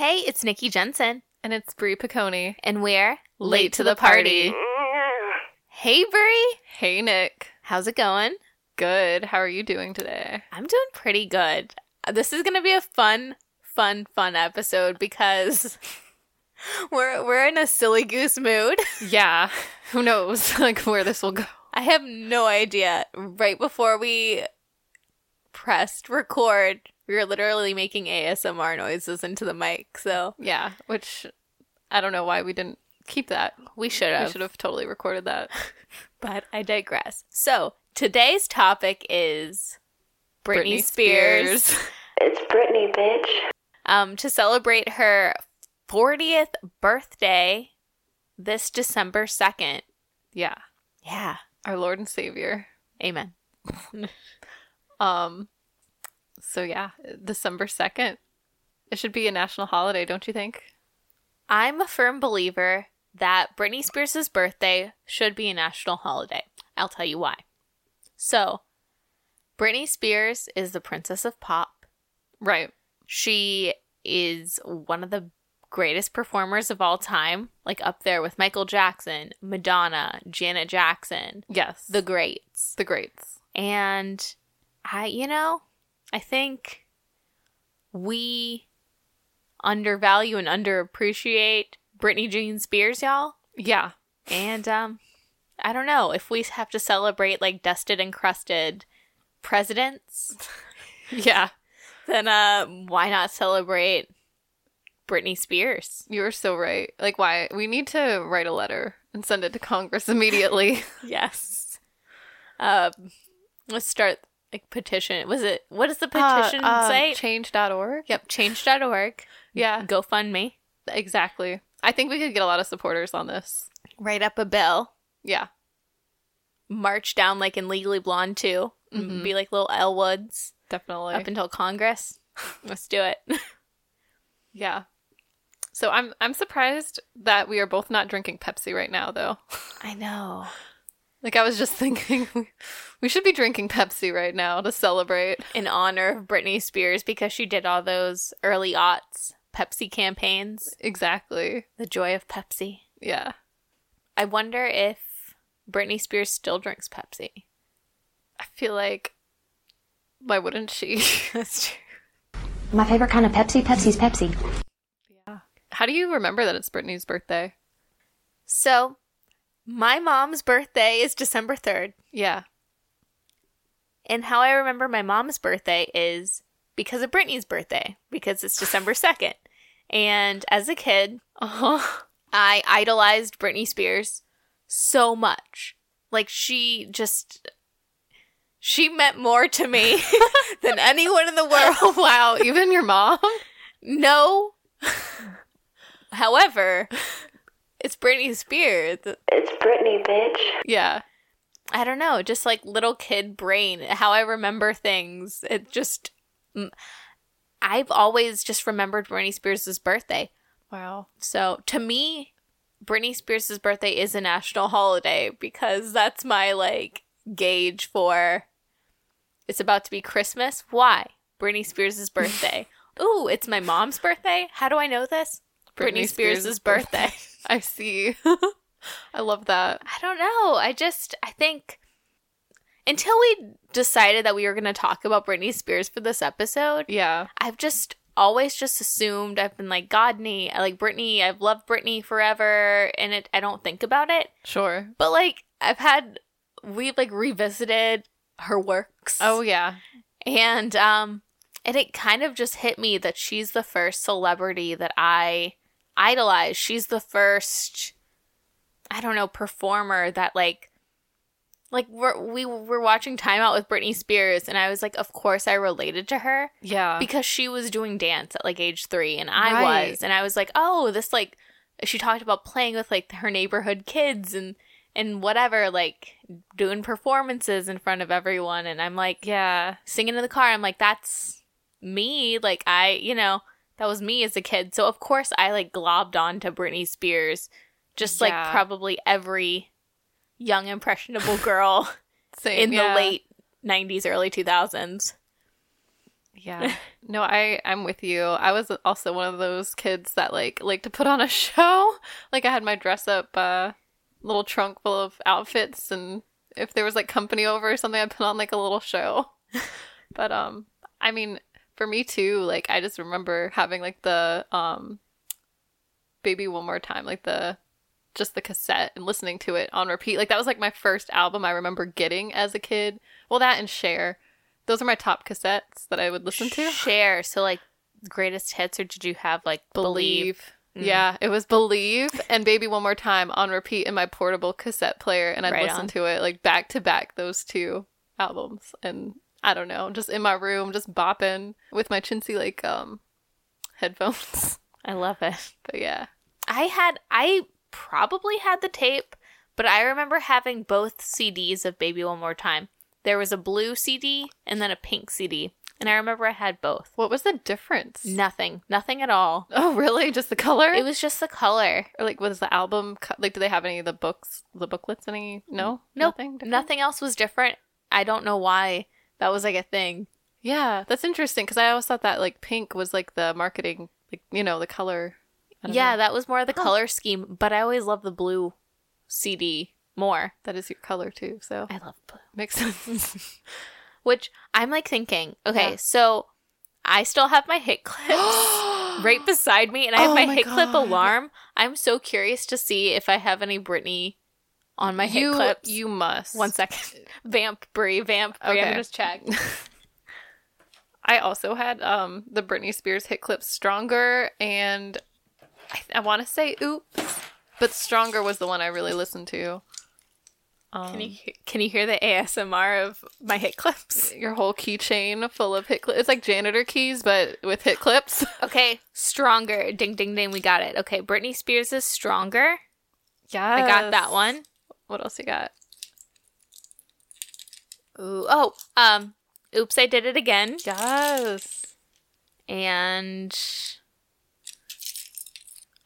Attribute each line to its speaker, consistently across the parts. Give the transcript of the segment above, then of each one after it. Speaker 1: It's Nikki Jensen,
Speaker 2: And it's Brie Piccone.
Speaker 1: and we're
Speaker 2: Late to the party.
Speaker 1: Hey, Brie,
Speaker 2: Hey, Nick.
Speaker 1: how's it going?
Speaker 2: Good. How are you doing today?
Speaker 1: I'm doing pretty good. Uh, This is gonna be a fun, fun, fun episode because we're we're in a silly goose mood.
Speaker 2: Yeah. Who knows, like, where this will go.
Speaker 1: I have no idea. Right before we pressed record, we were literally making ASMR noises into the mic, so
Speaker 2: Yeah. Which I don't know why we didn't keep that.
Speaker 1: we should
Speaker 2: We
Speaker 1: have.
Speaker 2: should have totally recorded that.
Speaker 1: But I digress. So today's topic is Britney,
Speaker 2: Britney
Speaker 1: Spears.
Speaker 2: Spears.
Speaker 3: It's Britney, bitch.
Speaker 1: Um, to celebrate her 40th birthday this December 2nd.
Speaker 2: Yeah.
Speaker 1: Yeah.
Speaker 2: Our Lord and Savior.
Speaker 1: Amen.
Speaker 2: Um. So, yeah, December 2nd. It should be a national holiday, don't you think?
Speaker 1: I'm a firm believer that Britney Spears' birthday should be a national holiday. I'll tell you why. So, Britney Spears is the princess of pop.
Speaker 2: Right.
Speaker 1: She is one of the greatest performers of all time, like up there with Michael Jackson, Madonna, Janet Jackson,
Speaker 2: Yes.
Speaker 1: the greats.
Speaker 2: the greats.
Speaker 1: And I, you know, I think we undervalue and underappreciate Britney Jean Spears, y'all.
Speaker 2: Yeah.
Speaker 1: And um, I don't know if we have to celebrate like dusted and crusted presidents,
Speaker 2: Yeah.
Speaker 1: then uh, why not celebrate Britney Spears?
Speaker 2: You're so right. Like, why? We need to write a letter and send it to Congress immediately.
Speaker 1: Yes. Um, let's start like petition. Was it what is the petition
Speaker 2: uh, uh,
Speaker 1: site?
Speaker 2: Change.org.
Speaker 1: yep, change.org.
Speaker 2: Yeah,
Speaker 1: Uh, GoFundMe.
Speaker 2: exactly. I think we could get a lot of supporters on this.
Speaker 1: write up a bill,
Speaker 2: Yeah,
Speaker 1: march down like in Legally Blonde too,
Speaker 2: Mhm.
Speaker 1: be like little Elwoods
Speaker 2: definitely.
Speaker 1: up until Congress. Let's do it.
Speaker 2: yeah. So I'm I'm surprised that we are both not drinking Pepsi right now though.
Speaker 1: I know.
Speaker 2: Like I was just thinking we- we should be drinking Pepsi right now to celebrate.
Speaker 1: In honor of Britney Spears because she did all those early aughts Pepsi campaigns,
Speaker 2: Exactly.
Speaker 1: the joy of Pepsi.
Speaker 2: Yeah.
Speaker 1: I wonder if Britney Spears still drinks Pepsi.
Speaker 2: I feel like why wouldn't she?
Speaker 1: That's true.
Speaker 3: My favorite kind of Pepsi, Pepsi's Pepsi.
Speaker 2: How do you remember that it's Brittany's birthday?
Speaker 1: So, my mom's birthday is December 3rd.
Speaker 2: Yeah.
Speaker 1: And how I remember my mom's birthday is because of Brittany's birthday, because it's December 2nd. And as a kid,
Speaker 2: Oh.
Speaker 1: I idolized Britney Spears so much. Like, she just. She meant more to me than anyone in the world.
Speaker 2: wow, even your mom?
Speaker 1: No. However, it's Britney Spears.
Speaker 3: It's Britney, bitch.
Speaker 2: Yeah.
Speaker 1: I don't know, just like little kid brain, how I remember things. It just, mm, I've always just remembered Britney Spears' birthday.
Speaker 2: Wow.
Speaker 1: So to me, Britney Spears' birthday is a national holiday because that's my like gauge for it's about to be Christmas. Why? Britney Spears' birthday. Ooh, it's my mom's birthday. How do I know this? Britney,
Speaker 2: Britney
Speaker 1: Spears'
Speaker 2: Spears'
Speaker 1: birthday.
Speaker 2: I see. I love that.
Speaker 1: I don't know. I just I think until we decided that we were going to talk about Britney Spears for this episode,
Speaker 2: Yeah.
Speaker 1: I've just always just assumed I've been like Godney, I like Britney, I've loved Britney forever, and it I don't think about it.
Speaker 2: Sure.
Speaker 1: But like I've had we've like revisited her works.
Speaker 2: Oh yeah.
Speaker 1: And um and it kind of just hit me that she's the first celebrity that I idolize. She's the first I don't know performer that like like we're, we were watching Time Out with Britney Spears and I was like of course I related to her
Speaker 2: Yeah.
Speaker 1: because she was doing dance at like age 3 and I
Speaker 2: Right.
Speaker 1: was and I was like oh this like she talked about playing with like her neighborhood kids and and whatever like doing performances in front of everyone and I'm like
Speaker 2: yeah.
Speaker 1: singing in the car. I'm like, that's me. Like, I, you know, that was me as a kid. So, of course, I like globbed on to Britney Spears, just like
Speaker 2: Yeah.
Speaker 1: probably every young, impressionable girl
Speaker 2: Same.
Speaker 1: in
Speaker 2: yeah.
Speaker 1: the late 90s, early 2000s.
Speaker 2: Yeah. No, I I'm with you. I was also one of those kids that like like to put on a show. Like I had my dress up uh little trunk full of outfits and if there was like company over or something I'd put on like a little show. but um I mean for me too, like I just remember having like the um baby one more time like the just the cassette and listening to it on repeat. Like that was like my first album I remember getting as a kid. Well, that and Share. Those are my top cassettes that I would listen to.
Speaker 1: Share. So like greatest hits, or did you have like believe?
Speaker 2: Believe. Yeah, it was Believe and Baby One More Time on repeat in my portable cassette player, and I'd
Speaker 1: Right
Speaker 2: listen
Speaker 1: on.
Speaker 2: to it like back to back those two albums, and I don't know, just in my room, just bopping with my chintzy like um headphones.
Speaker 1: I love it.
Speaker 2: but yeah,
Speaker 1: I had I probably had the tape, but I remember having both CDs of Baby One More Time. There was a blue CD and then a pink CD, and I remember I had both.
Speaker 2: what was the difference?
Speaker 1: Nothing, nothing at all.
Speaker 2: Oh, really? Just the color?
Speaker 1: It was just the color.
Speaker 2: or like, was the album co- like? Do they have any of the books, the booklets? Any? No,
Speaker 1: Nope,
Speaker 2: nothing. different?
Speaker 1: Nothing else was different. I don't know why that was like a thing.
Speaker 2: Yeah, that's interesting because I always thought that like pink was like the marketing, like you know, the color. I don't
Speaker 1: Yeah,
Speaker 2: know.
Speaker 1: that was more the color scheme, but I always loved the blue CD more.
Speaker 2: that is your color too. So
Speaker 1: I love blue.
Speaker 2: Makes sense.
Speaker 1: Which I'm like thinking, okay,
Speaker 2: Yeah.
Speaker 1: so I still have my hit clips right beside me and I have
Speaker 2: Oh
Speaker 1: my,
Speaker 2: my
Speaker 1: hit clip
Speaker 2: God.
Speaker 1: alarm. I'm so curious to see if I have any Britney on my hit
Speaker 2: you,
Speaker 1: clips.
Speaker 2: you must.
Speaker 1: One second. Vamp Brie, vamp Brie. I'm
Speaker 2: Okay.
Speaker 1: gonna just check.
Speaker 2: I also had um the Britney Spears hit clip "Stronger" and I, I want to say "Oops," but "Stronger" was the one I really listened to. Um,
Speaker 1: Can you, can you hear the ASMR of my hit clips?
Speaker 2: your whole keychain full of hit clips. It's like janitor keys, but with hit clips.
Speaker 1: Okay, stronger. Ding ding ding, we got it. Okay, Britney Spears is stronger.
Speaker 2: Yeah,
Speaker 1: I got that one.
Speaker 2: What else you got?
Speaker 1: Ooh, oh, um, oops, I did it again.
Speaker 2: Yes.
Speaker 1: And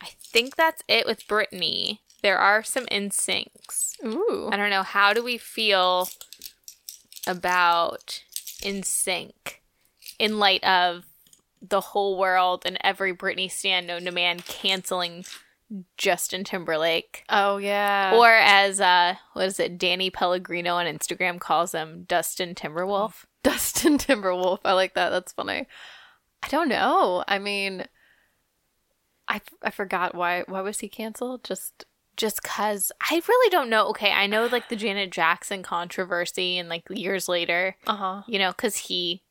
Speaker 1: I think that's it with Britney. There are some insyncs.
Speaker 2: Ooh.
Speaker 1: I don't know. How do we feel about InSync in light of the whole world and every Britney stand known to man canceling Justin Timberlake?
Speaker 2: Oh yeah.
Speaker 1: Or as uh, what is it? Danny Pellegrino on Instagram calls him Dustin Timberwolf.
Speaker 2: Dustin Timberwolf. I like that. That's funny. I don't know. I mean, I, I forgot why why was he canceled? Just
Speaker 1: Just cause I really don't know. Okay, I know like the Janet Jackson controversy and like years later,
Speaker 2: uh huh.
Speaker 1: you know, cause he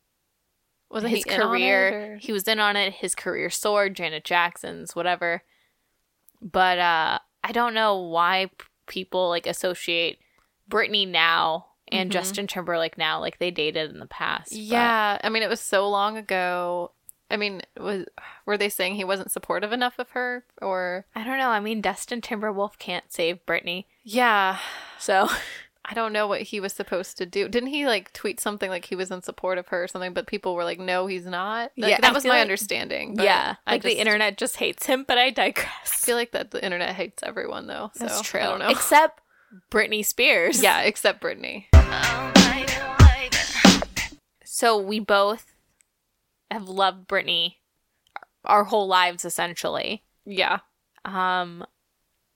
Speaker 2: Was
Speaker 1: his career he was in on it. His career soared. Janet Jackson's whatever. But uh, I don't know why p- people like associate Britney now and
Speaker 2: Mhm.
Speaker 1: Justin Timberlake now like they dated in the past. but-
Speaker 2: yeah. I mean, it was so long ago. I mean, was were they saying he wasn't supportive enough of her or?
Speaker 1: I don't know. I mean, Dustin Timberwolf can't save Britney,
Speaker 2: Yeah.
Speaker 1: so.
Speaker 2: I don't know what he was supposed to do. Didn't he like tweet something like he was in support of her or something? But people were like, "No, he's not." Like,
Speaker 1: Yeah,
Speaker 2: that
Speaker 1: I
Speaker 2: was
Speaker 1: feel
Speaker 2: my
Speaker 1: like-
Speaker 2: understanding. but
Speaker 1: yeah,
Speaker 2: I
Speaker 1: like the
Speaker 2: just-
Speaker 1: internet just hates him, but I
Speaker 2: I
Speaker 1: digress.
Speaker 2: feel like that the internet hates everyone though. So I don't know.
Speaker 1: Except Britney Spears.
Speaker 2: yeah, except Brittany.
Speaker 1: So we both have loved Britney our whole lives essentially.
Speaker 2: Yeah.
Speaker 1: Um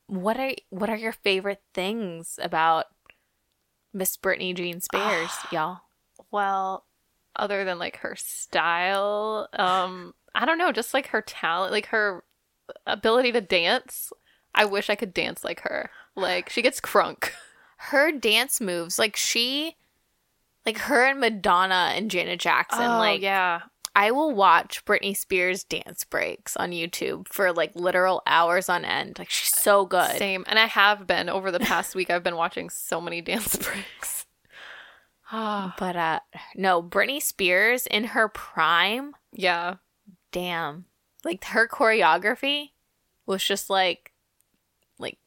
Speaker 1: what are what are your favorite things about Miss Britney Jean Spears, y'all?
Speaker 2: Well, other than like her style, um, I don't know, just like her talent, like her ability to dance. I wish I could dance like her. Like she gets crunk.
Speaker 1: Her dance moves, like she like her and Madonna and Janet Jackson, like
Speaker 2: Oh, yeah.
Speaker 1: I will watch Britney Spears dance breaks on YouTube for like literal hours on end. Like she's so good.
Speaker 2: Same. And I have been over the past week. I've been watching so many dance breaks. Ah,
Speaker 1: But uh no, Britney Spears in her prime,
Speaker 2: yeah.
Speaker 1: damn. Like her choreography was just like like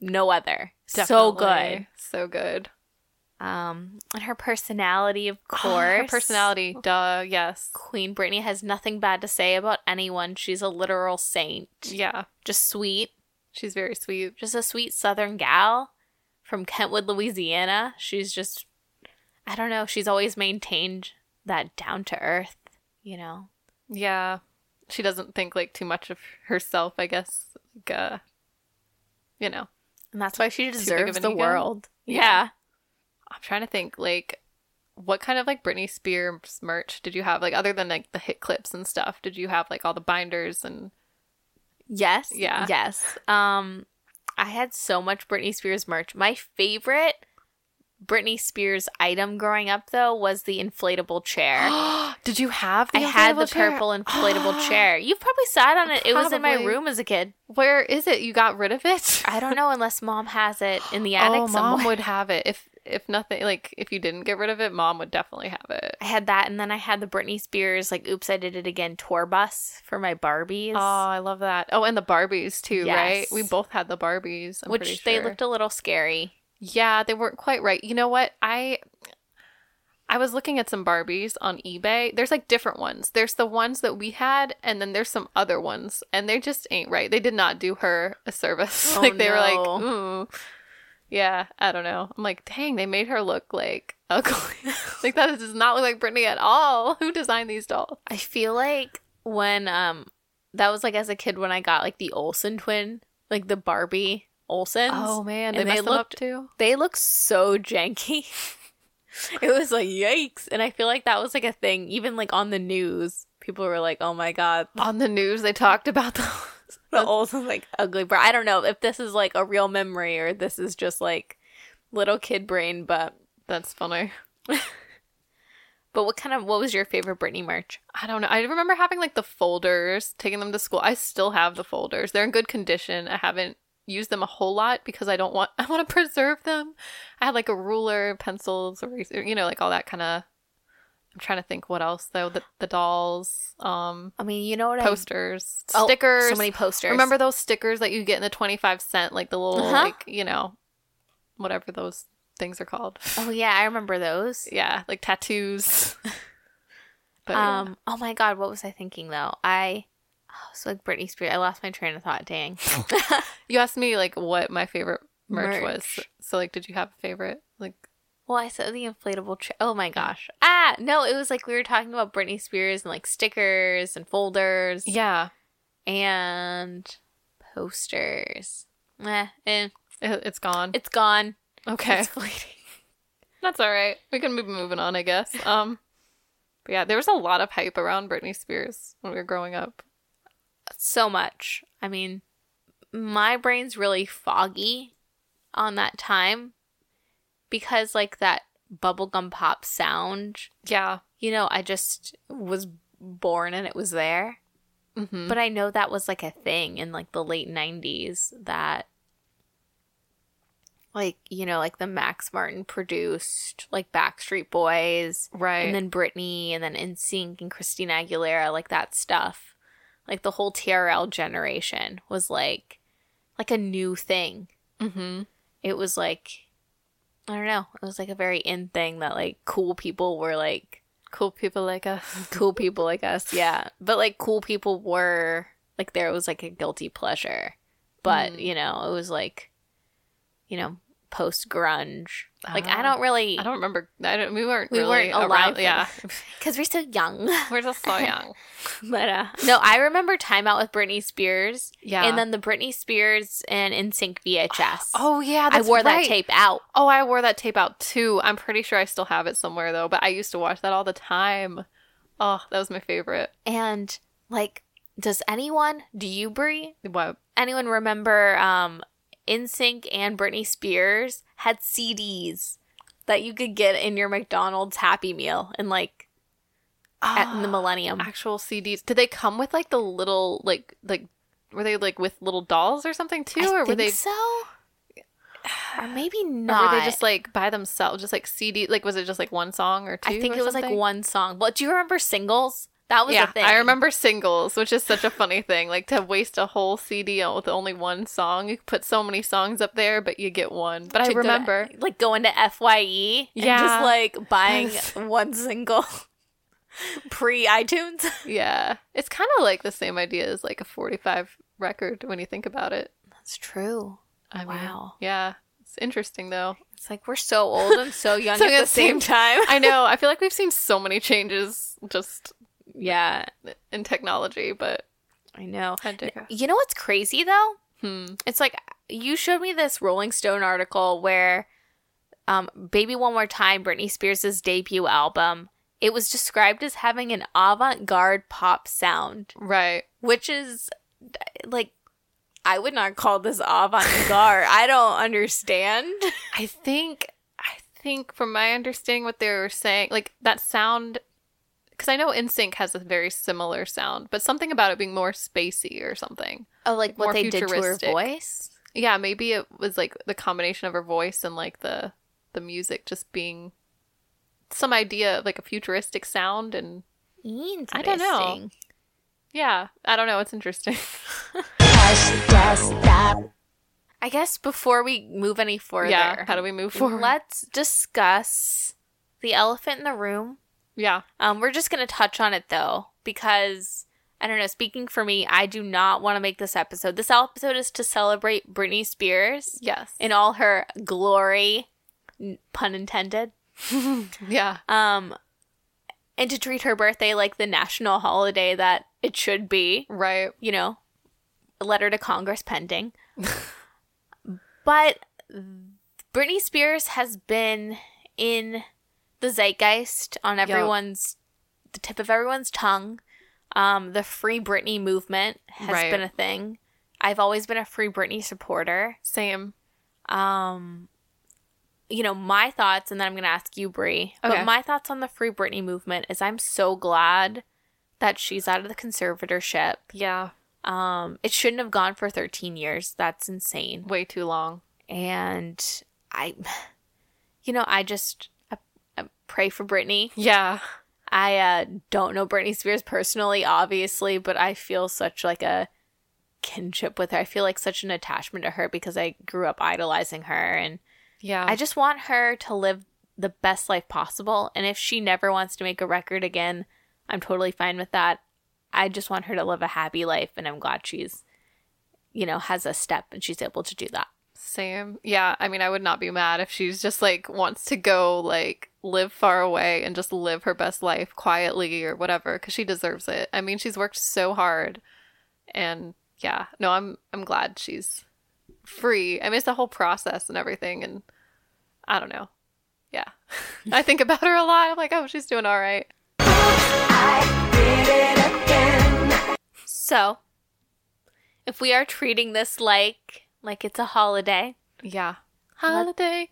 Speaker 1: no other. So good.
Speaker 2: definitely. So good.
Speaker 1: Um and her personality of course.
Speaker 2: Ah, Her personality, duh, yes.
Speaker 1: Queen Britney has nothing bad to say about anyone. She's a literal saint.
Speaker 2: Yeah.
Speaker 1: Just sweet.
Speaker 2: She's very sweet.
Speaker 1: just a sweet southern gal from Kentwood, Louisiana. She's just I don't know, she's always maintained that down to earth you know.
Speaker 2: Yeah. She doesn't think like too much of herself, I guess. Like, uh, you know,
Speaker 1: And that's why she
Speaker 2: big of
Speaker 1: deserves
Speaker 2: an
Speaker 1: the
Speaker 2: ego?
Speaker 1: world.
Speaker 2: Yeah.
Speaker 1: Yeah.
Speaker 2: I'm trying to think like what kind of like Britney Spears merch did you have? Like other than like the hit clips and stuff, did you have like all the binders and
Speaker 1: Yes.
Speaker 2: Yeah.
Speaker 1: Yes. Um I had so much Britney Spears merch. My favorite Britney Spears item growing up though was the inflatable chair.
Speaker 2: did you have the
Speaker 1: I had
Speaker 2: inflatable
Speaker 1: the
Speaker 2: chair?
Speaker 1: purple inflatable chair. You probably sat on it. It was in my
Speaker 2: Probably.
Speaker 1: room as a kid.
Speaker 2: Where is it? You got rid of it?
Speaker 1: I don't know unless mom has it in the attic
Speaker 2: oh,
Speaker 1: somewhere.
Speaker 2: mom would have it if if nothing like if you didn't get rid of it, mom would definitely have it.
Speaker 1: I had that, and then I had the Britney Spears like "Oops, I Did It Again" tour bus for my Barbies,
Speaker 2: Oh, I love that. Oh, and the Barbies too, right?
Speaker 1: Yes.
Speaker 2: We both had the Barbies. I'm
Speaker 1: which
Speaker 2: pretty
Speaker 1: they
Speaker 2: sure.
Speaker 1: looked a little scary.
Speaker 2: Yeah, they weren't quite right. You know what? I I was looking at some Barbies on eBay. There's like different ones. There's the ones that we had and then there's some other ones and they just ain't right. They did not do her a service.
Speaker 1: Oh,
Speaker 2: like they were like,
Speaker 1: no.
Speaker 2: "Ooh." Yeah, I don't know. I'm like, "Dang, they made her look like ugly." like that does not look like Britney at all. Who designed these dolls?
Speaker 1: I feel like when um that was like as a kid when I got like the Olsen twin, like the Barbie Olsens.
Speaker 2: Oh man,
Speaker 1: and
Speaker 2: they, messed them up
Speaker 1: looked
Speaker 2: too.
Speaker 1: they look so janky. it was like yikes, and I feel like that was like a thing even like on the news. People were like, "Oh my god,
Speaker 2: On the news, they talked about them.
Speaker 1: the Olsen's like ugly." Bro, I don't know if this is like a real memory or this is just like little kid brain, but
Speaker 2: That's funny.
Speaker 1: But what kind of what was your favorite Britney merch?
Speaker 2: I don't know. I remember having like the folders, taking them to school. I still have the folders. They're in good condition. I haven't used them a whole lot because I don't want I want to preserve them. I had like a ruler, pencils, eraser, you know, like all that kind of I'm trying to think what else though. The, the dolls, um
Speaker 1: I mean, you know what
Speaker 2: posters,
Speaker 1: I
Speaker 2: stickers.
Speaker 1: so many posters.
Speaker 2: Remember those stickers that you get in the 25 cent like the little
Speaker 1: Uh-huh.
Speaker 2: like, you know, whatever those things are called.
Speaker 1: Oh yeah, I remember those.
Speaker 2: yeah, like tattoos. but yeah.
Speaker 1: Um. Oh my God, what was I thinking though? I oh, so like Britney Spears. I lost my train of thought. Dang.
Speaker 2: You asked me like what my favorite merch, was.
Speaker 1: Merch.
Speaker 2: So like, did you have a favorite? Like,
Speaker 1: well, I said the inflatable. Tra- oh my gosh. Ah, no, it was like we were talking about Britney Spears and like stickers and folders.
Speaker 2: yeah,
Speaker 1: And posters. Eh, eh,
Speaker 2: it, has gone.
Speaker 1: it's gone.
Speaker 2: okay,
Speaker 1: It's fleeting.
Speaker 2: that's all right. We can be moving on, I guess. Um, but yeah, there was a lot of hype around Britney Spears when we were growing up.
Speaker 1: so much. I mean, my brain's really foggy on that time because, like, that bubblegum pop sound,
Speaker 2: Yeah,
Speaker 1: you know, I just was born and it was there.
Speaker 2: hmm
Speaker 1: But I know that was, like, a thing in, like, the late 90s that, like, you know, like the Max Martin produced, like, Backstreet Boys
Speaker 2: right.
Speaker 1: and then Britney, and then NSYNC and Christina Aguilera, like that stuff. Like the whole TRL generation was like, like a new thing.
Speaker 2: hmm
Speaker 1: It was like, I don't know, it was like a very in thing that like cool people were like
Speaker 2: cool people like us.
Speaker 1: cool people like us, yeah. But like cool people were like there was like a guilty pleasure, but
Speaker 2: Mm.
Speaker 1: you know it was like, you know, post grunge. Like I
Speaker 2: Ah.
Speaker 1: don't really,
Speaker 2: I don't remember. I don't. We weren't.
Speaker 1: We
Speaker 2: really
Speaker 1: weren't alive
Speaker 2: Around, yeah,
Speaker 1: because we're so young.
Speaker 2: we're just so young.
Speaker 1: But uh, no, I remember Time Out with Britney Spears.
Speaker 2: Yeah.
Speaker 1: And then the Britney Spears and NSYNC VHS.
Speaker 2: Oh yeah,
Speaker 1: I
Speaker 2: that's
Speaker 1: wore that
Speaker 2: right.
Speaker 1: tape out.
Speaker 2: Oh, I wore that tape out too. I'm pretty sure I still have it somewhere though, but I used to watch that all the time. Oh, that was my favorite.
Speaker 1: And like, does anyone, do you, Brie,
Speaker 2: What?
Speaker 1: anyone remember um, NSYNC and Britney Spears had CDs that you could get in your McDonald's Happy Meal and like at in the Millennium?
Speaker 2: actual CDs. Did they come with like the little like like were they like with little dolls or something too
Speaker 1: I
Speaker 2: or were
Speaker 1: think
Speaker 2: they
Speaker 1: so? Or maybe
Speaker 2: or
Speaker 1: not.
Speaker 2: were they just like by themselves just like CD like was it just like one song or two
Speaker 1: I think
Speaker 2: or
Speaker 1: it was like
Speaker 2: something?
Speaker 1: one song. But do you remember singles? That was
Speaker 2: yeah,
Speaker 1: a thing.
Speaker 2: I remember singles, which is such a funny thing. Like to waste a whole CD on- with only one song. You could put so many songs up there, but you get one. But I
Speaker 1: to go to-
Speaker 2: remember
Speaker 1: like going to FYE and just
Speaker 2: Yeah.
Speaker 1: like buying one single pre iTunes.
Speaker 2: Yeah. It's kind of like the same idea as like a 45 record when you think about it.
Speaker 1: That's true.
Speaker 2: I mean,
Speaker 1: Wow.
Speaker 2: Yeah. It's interesting though.
Speaker 1: It's like we're so old and so young
Speaker 2: So
Speaker 1: at
Speaker 2: at
Speaker 1: the
Speaker 2: the
Speaker 1: same time.
Speaker 2: I know. I feel like we've seen so many changes just
Speaker 1: Yeah,
Speaker 2: in technology, but
Speaker 1: I know.
Speaker 2: I digress.
Speaker 1: You know what's crazy though?
Speaker 2: Hmm.
Speaker 1: It's like you showed me this Rolling Stone article where um, Baby One More Time, Britney Spears' debut album, it was described as having an avant garde pop sound,
Speaker 2: Right.
Speaker 1: which is like, I would not call this avant garde. I don't understand.
Speaker 2: I think I think from my understanding what they were saying, like that sound because I know NSYNC has a very similar sound, but something about it being more spacey or something.
Speaker 1: Oh, like
Speaker 2: More
Speaker 1: what they did to her
Speaker 2: futuristic.
Speaker 1: voice?
Speaker 2: Yeah, maybe it was like the combination of her voice and like the the music just being some idea of like a futuristic sound and
Speaker 1: I
Speaker 2: don't know. yeah, I don't know, it's interesting.
Speaker 1: I guess before we move any further,
Speaker 2: yeah, how do we move forward?
Speaker 1: let's discuss the elephant in the room.
Speaker 2: yeah.
Speaker 1: Um, we're just going to touch on it though, because I don't know. Speaking for me, I do not want to make this episode. This episode is to celebrate Britney Spears
Speaker 2: Yes.
Speaker 1: in all her glory, n- pun intended,
Speaker 2: yeah.
Speaker 1: um, and to treat her birthday like the national holiday that it should be.
Speaker 2: Right.
Speaker 1: You know, a letter to Congress pending. but Britney Spears has been in the zeitgeist on everyone's the tip of everyone's tongue. Um, the Free Britney movement has
Speaker 2: Right.
Speaker 1: been a thing. I've always been a Free Britney supporter.
Speaker 2: Same.
Speaker 1: Um, you know my thoughts, and then I'm going to ask you, Brie.
Speaker 2: Okay.
Speaker 1: But my thoughts on the Free Britney movement is I'm so glad that she's out of the conservatorship.
Speaker 2: Yeah.
Speaker 1: Um, it shouldn't have gone for 13 years. That's insane
Speaker 2: Way too long.
Speaker 1: and I, you know, I just I, I pray for Britney.
Speaker 2: Yeah.
Speaker 1: I uh, don't know Britney Spears personally, obviously, but I feel such like a kinship with her. I feel like such an attachment to her because I grew up idolizing her, and
Speaker 2: Yeah.
Speaker 1: I just want her to live the best life possible. And if she never wants to make a record again, I'm totally fine with that. I just want her to live a happy life, and I'm glad she's, you know, has a step and she's able to do that.
Speaker 2: Same. Yeah, I mean, I would not be mad if she's just like wants to go like live far away and just live her best life quietly or whatever cuz she deserves it. I mean, she's worked so hard. And yeah, no, I'm I'm glad she's free. I miss the whole process and everything and I don't know. Yeah. I think about her a lot. I'm like, "Oh, she's doing all right."
Speaker 1: So, if we are treating this like like it's a holiday,
Speaker 2: Yeah. Holiday.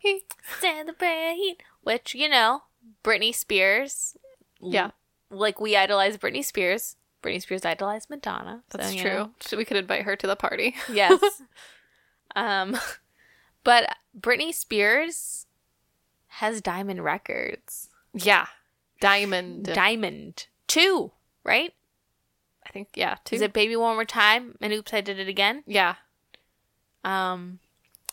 Speaker 1: celebrate, which you know, Britney Spears,
Speaker 2: Yeah,
Speaker 1: like we idolize Britney Spears. Britney Spears idolized Madonna. so,
Speaker 2: that's
Speaker 1: you
Speaker 2: true.
Speaker 1: know.
Speaker 2: So We could invite her to the party.
Speaker 1: Yes. um, but Britney Spears has Diamond Records.
Speaker 2: Yeah. Diamond.
Speaker 1: Diamond two, right?
Speaker 2: I think yeah, two.
Speaker 1: Is it Baby One More Time? And Oops, I Did It Again.
Speaker 2: yeah.
Speaker 1: Um,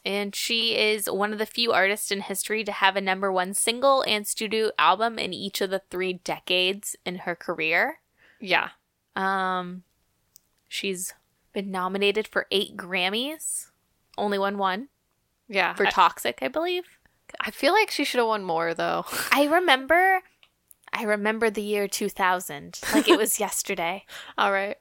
Speaker 1: and she is one of the few artists in history to have a number one single and studio album in each of the three decades in her career.
Speaker 2: Yeah.
Speaker 1: Um, she's been nominated for eight Grammys, only won one
Speaker 2: Yeah.
Speaker 1: for
Speaker 2: I,
Speaker 1: Toxic, I believe.
Speaker 2: I feel like she should have won more though.
Speaker 1: I remember, I remember the year 2000, like it was yesterday.
Speaker 2: All right.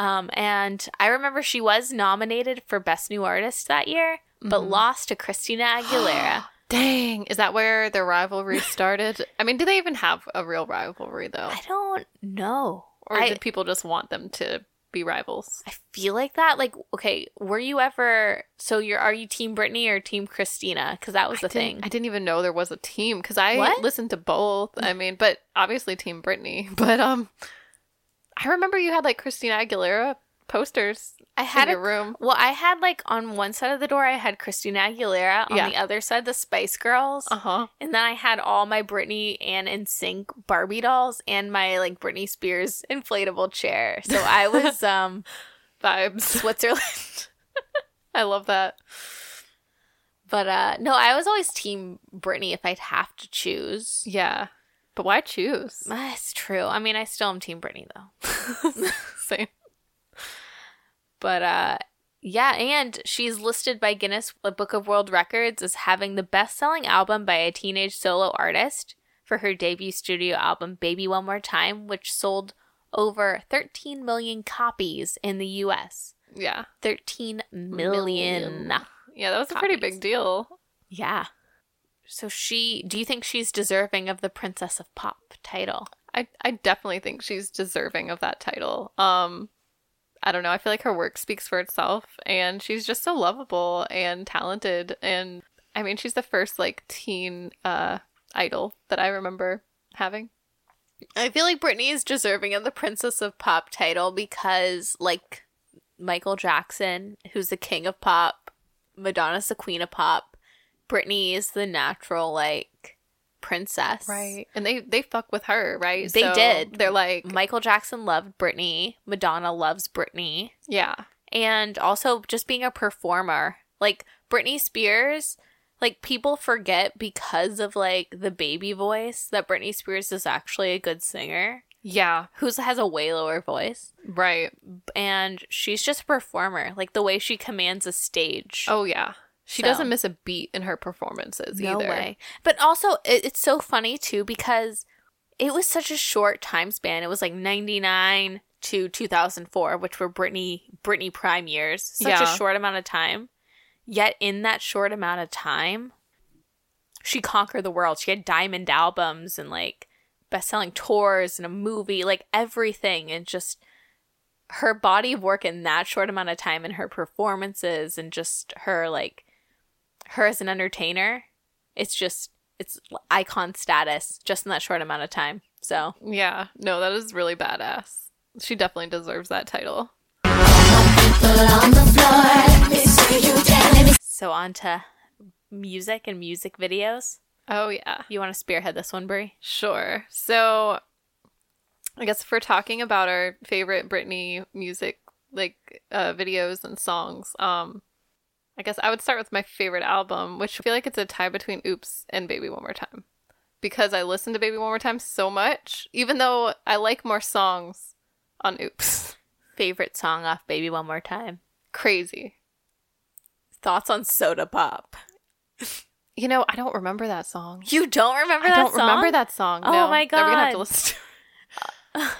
Speaker 1: Um, and I remember she was nominated for Best New Artist that year, but lost to Christina Aguilera.
Speaker 2: Dang, is that where their rivalry started? I mean, do they even have a real rivalry though?
Speaker 1: I don't know.
Speaker 2: Or
Speaker 1: I,
Speaker 2: did people just want them to be rivals?
Speaker 1: I feel like that. Like, okay, were you ever so? You're are you Team Brittany or Team Christina? Because that was the
Speaker 2: I didn't-
Speaker 1: thing.
Speaker 2: I didn't even know there was a team because I
Speaker 1: What?
Speaker 2: listened to both. I mean, but obviously Team Britney. But um, I remember you had like Christina Aguilera posters
Speaker 1: I,
Speaker 2: in
Speaker 1: had a
Speaker 2: your room.
Speaker 1: well, I had like on one side of the door, I had Christina Aguilera. On
Speaker 2: Yeah.
Speaker 1: the other side, the Spice Girls,
Speaker 2: Uh huh.
Speaker 1: and then I had all my Britney and In Sync Barbie dolls and my like Britney Spears inflatable chair. So I was um
Speaker 2: Vibes.
Speaker 1: Switzerland.
Speaker 2: I love that.
Speaker 1: But uh no, I was always Team Britney if I'd have to choose.
Speaker 2: Yeah. But why choose?
Speaker 1: That's true. I mean, I still am Team Britney though.
Speaker 2: Same.
Speaker 1: But uh yeah, and she's listed by Guinness uh, Book of World Records as having the best-selling album by a teenage solo artist for her debut studio album Baby One More Time, which sold over 13 million copies in the US.
Speaker 2: Yeah.
Speaker 1: 13 million.
Speaker 2: Million. Yeah, that was a pretty
Speaker 1: Copies.
Speaker 2: big deal.
Speaker 1: Yeah. So she, do you think she's deserving of the Princess of Pop title?
Speaker 2: I, I definitely think she's deserving of that title. Um I don't know, I feel like her work speaks for itself and she's just so lovable and talented and I mean she's the first like teen uh idol that I remember having.
Speaker 1: I feel like Britney is deserving of the Princess of Pop title because, like Michael Jackson, who's the king of pop, Madonna's the queen of pop, Britney is the natural, like, princess.
Speaker 2: And they they fuck with her, right?
Speaker 1: They did.
Speaker 2: They're like
Speaker 1: Michael Jackson loved Britney. Madonna loves Britney.
Speaker 2: Yeah.
Speaker 1: and also just being a performer. Like Britney Spears, like people forget because of like the baby voice that Britney Spears is actually a good singer
Speaker 2: Yeah.
Speaker 1: who has a way lower voice
Speaker 2: Right.
Speaker 1: and she's just a performer like the way she commands a stage
Speaker 2: Oh yeah. She
Speaker 1: So-
Speaker 2: doesn't miss a beat in her performances
Speaker 1: no
Speaker 2: either.
Speaker 1: way but also it, it's so funny too because it was such a short time span it was like 99 to 2004 which were britney britney prime years such
Speaker 2: Yeah.
Speaker 1: a short amount of time yet in that short amount of time she conquered the world she had diamond albums and like best-selling tours and a movie like everything and just her body of work in that short amount of time and her performances and just her like her as an entertainer it's just it's icon status just in that short amount of time so
Speaker 2: Yeah. No, that is really badass. She definitely deserves that title.
Speaker 1: so on to music and music videos
Speaker 2: Oh yeah.
Speaker 1: you want to spearhead this one brie
Speaker 2: Sure. So I guess if we're talking about our favorite Britney music like uh, videos and songs, um I guess I would start with my favorite album, which I feel like it's a tie between Oops and Baby One More Time. Because I listen to Baby One More Time so much, even though I like more songs on Oops.
Speaker 1: favorite song off baby one more time
Speaker 2: Crazy.
Speaker 1: thoughts on soda pop
Speaker 2: You know, I don't remember that song.
Speaker 1: you don't remember
Speaker 2: I
Speaker 1: that
Speaker 2: don't
Speaker 1: song
Speaker 2: remember that song.
Speaker 1: Oh
Speaker 2: no.
Speaker 1: my
Speaker 2: Now We're gonna have
Speaker 1: God.
Speaker 2: to listen. To-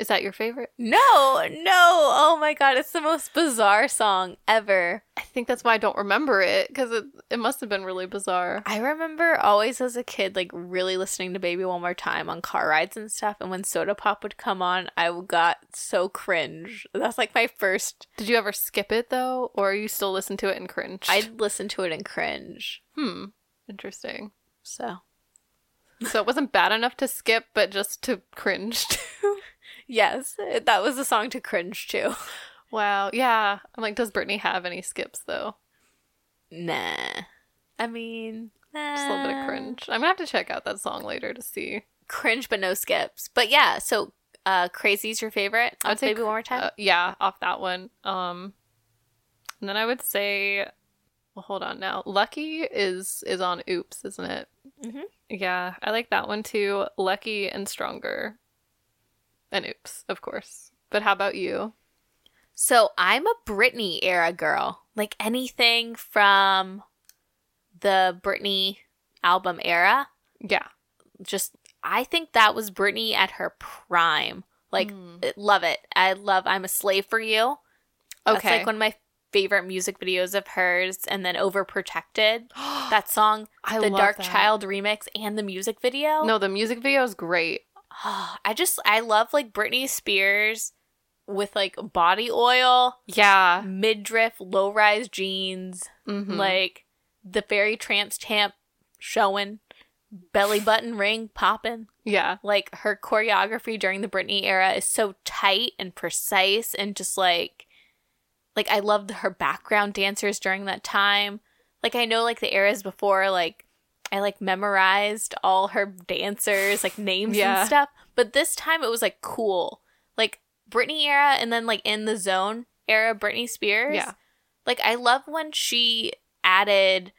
Speaker 2: Is that your favorite?
Speaker 1: no no oh my god it's the most bizarre song ever
Speaker 2: I think that's why I don't remember it because it it must have been really bizarre.
Speaker 1: I remember always as a kid, like really listening to Baby One More Time on car rides and stuff. And when Soda Pop would come on, I got so cringe. That's like my first.
Speaker 2: Did you ever skip it though, or you still listen to it and cringe?
Speaker 1: I listened to it and cringe.
Speaker 2: hmm, interesting.
Speaker 1: So
Speaker 2: So it wasn't bad enough to skip, but just to cringe. too.
Speaker 1: yes, it- that was a song to cringe to.
Speaker 2: wow, yeah. I'm like, does Britney have any skips though?
Speaker 1: Nah, I mean,
Speaker 2: Just a little bit
Speaker 1: nah.
Speaker 2: of cringe. I'm gonna have to check out that song later to see.
Speaker 1: cringe, but no skips. But yeah, so uh, crazy's your favorite.
Speaker 2: I
Speaker 1: on
Speaker 2: would say
Speaker 1: Baby One More Time.
Speaker 2: Uh, yeah, off that one. Um, and then I would say, well, hold on now. Lucky is is on Oops, isn't it?
Speaker 1: Mhm.
Speaker 2: Yeah, I like that one too. Lucky and Stronger, and Oops, of course. But how about you?
Speaker 1: So I'm a Britney era girl. Like anything from the Britney album era.
Speaker 2: Yeah,
Speaker 1: Just I think that was Britney at her prime. Like
Speaker 2: Mm.
Speaker 1: it- love it. I love I'm a slave for you. That's
Speaker 2: Okay.
Speaker 1: like one of my favorite music videos of hers and then Overprotected. that song,
Speaker 2: I
Speaker 1: the
Speaker 2: love
Speaker 1: Dark
Speaker 2: that.
Speaker 1: Child remix and the music video.
Speaker 2: No, the music video is great.
Speaker 1: I just I love like Britney Spears with like body oil,
Speaker 2: Yeah,
Speaker 1: midriff, low-rise jeans
Speaker 2: Mhm.
Speaker 1: like the fairy tramps champ showing belly button ring popping
Speaker 2: yeah,
Speaker 1: like her choreography during the britney era is so tight and precise and just like like i loved her background dancers during that time like i know like the eras before like i like memorized all her dancers like names
Speaker 2: Yeah.
Speaker 1: and stuff but this time it was like cool like britney era and then like in the zone era britney spears
Speaker 2: yeah.
Speaker 1: like I love when she added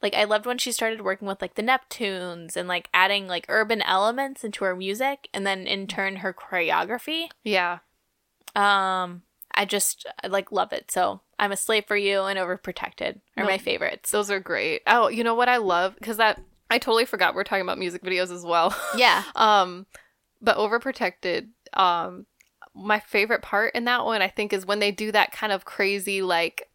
Speaker 1: like I loved when she started working with like the Neptunes and like adding like urban elements into her music and then in turn her choreography.
Speaker 2: Yeah,
Speaker 1: Um I just I, like love it. So I'm a slave for you and overprotected are
Speaker 2: No.
Speaker 1: my favorites.
Speaker 2: those are great. Oh, you know what I love? Because that I totally forgot we're talking about music videos as well.
Speaker 1: Yeah.
Speaker 2: Um, but overprotected. Um, my favorite part in that one, I think, is when they do that kind of crazy, like,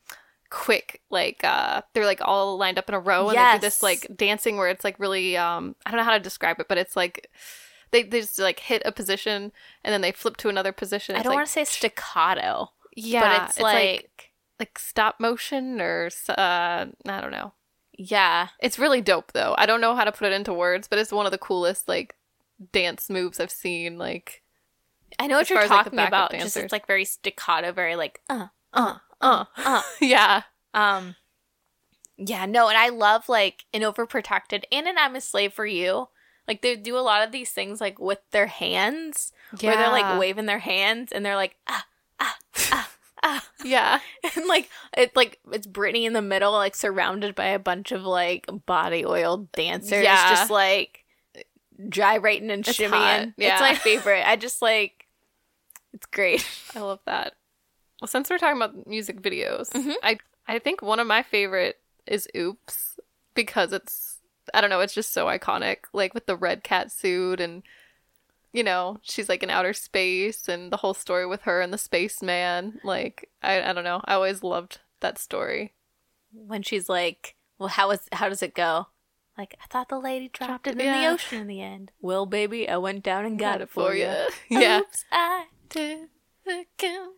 Speaker 2: quick, like, uh, they're like all lined up in a row and they do
Speaker 1: Yes.
Speaker 2: this, like, dancing where it's like really, um, I don't know how to describe it, but it's like, they, they just like hit a position and then they flip to another position.
Speaker 1: I
Speaker 2: It's
Speaker 1: don't
Speaker 2: like,
Speaker 1: want to say staccato,
Speaker 2: yeah,
Speaker 1: but it's, like,
Speaker 2: like stop motion or s- uh, I don't know.
Speaker 1: yeah,
Speaker 2: It's really dope though. I don't know how to put it into words, but it's one of the coolest like dance moves I've seen. Like
Speaker 1: I know what
Speaker 2: As
Speaker 1: you're
Speaker 2: far as, like, the
Speaker 1: talking
Speaker 2: backup
Speaker 1: about. Just
Speaker 2: dancers.
Speaker 1: it's like very staccato, very like uh
Speaker 2: uh uh
Speaker 1: uh.
Speaker 2: yeah
Speaker 1: Um, yeah, no, and I love like an overprotected and an I'm a slave for you. Like they do a lot of these things like with their hands, where they're like waving their hands and they're like ah ah ah ah,
Speaker 2: yeah
Speaker 1: and like it's like it's Britney in the middle, like surrounded by a bunch of like body oil dancers,
Speaker 2: Yeah.
Speaker 1: just like gyrating and
Speaker 2: It's
Speaker 1: shimmying.
Speaker 2: hot, yeah.
Speaker 1: It's my favorite. I just like it's great.
Speaker 2: I love that. Well, since we're talking about music videos,
Speaker 1: Mhm.
Speaker 2: I I think one of my favorite is Oops because it's I don't know, it's just so iconic. Like with the red cat suit and you know, she's like in outer space and the whole story with her and the spaceman. Like I I don't know. I always loved that story.
Speaker 1: when she's like, "Well, how is how does it go?" Like, I thought the lady dropped it in the
Speaker 2: yeah.
Speaker 1: ocean in the end. Well, baby, I went down and got, it for you.
Speaker 2: ya. yeah.
Speaker 1: Oops, I did.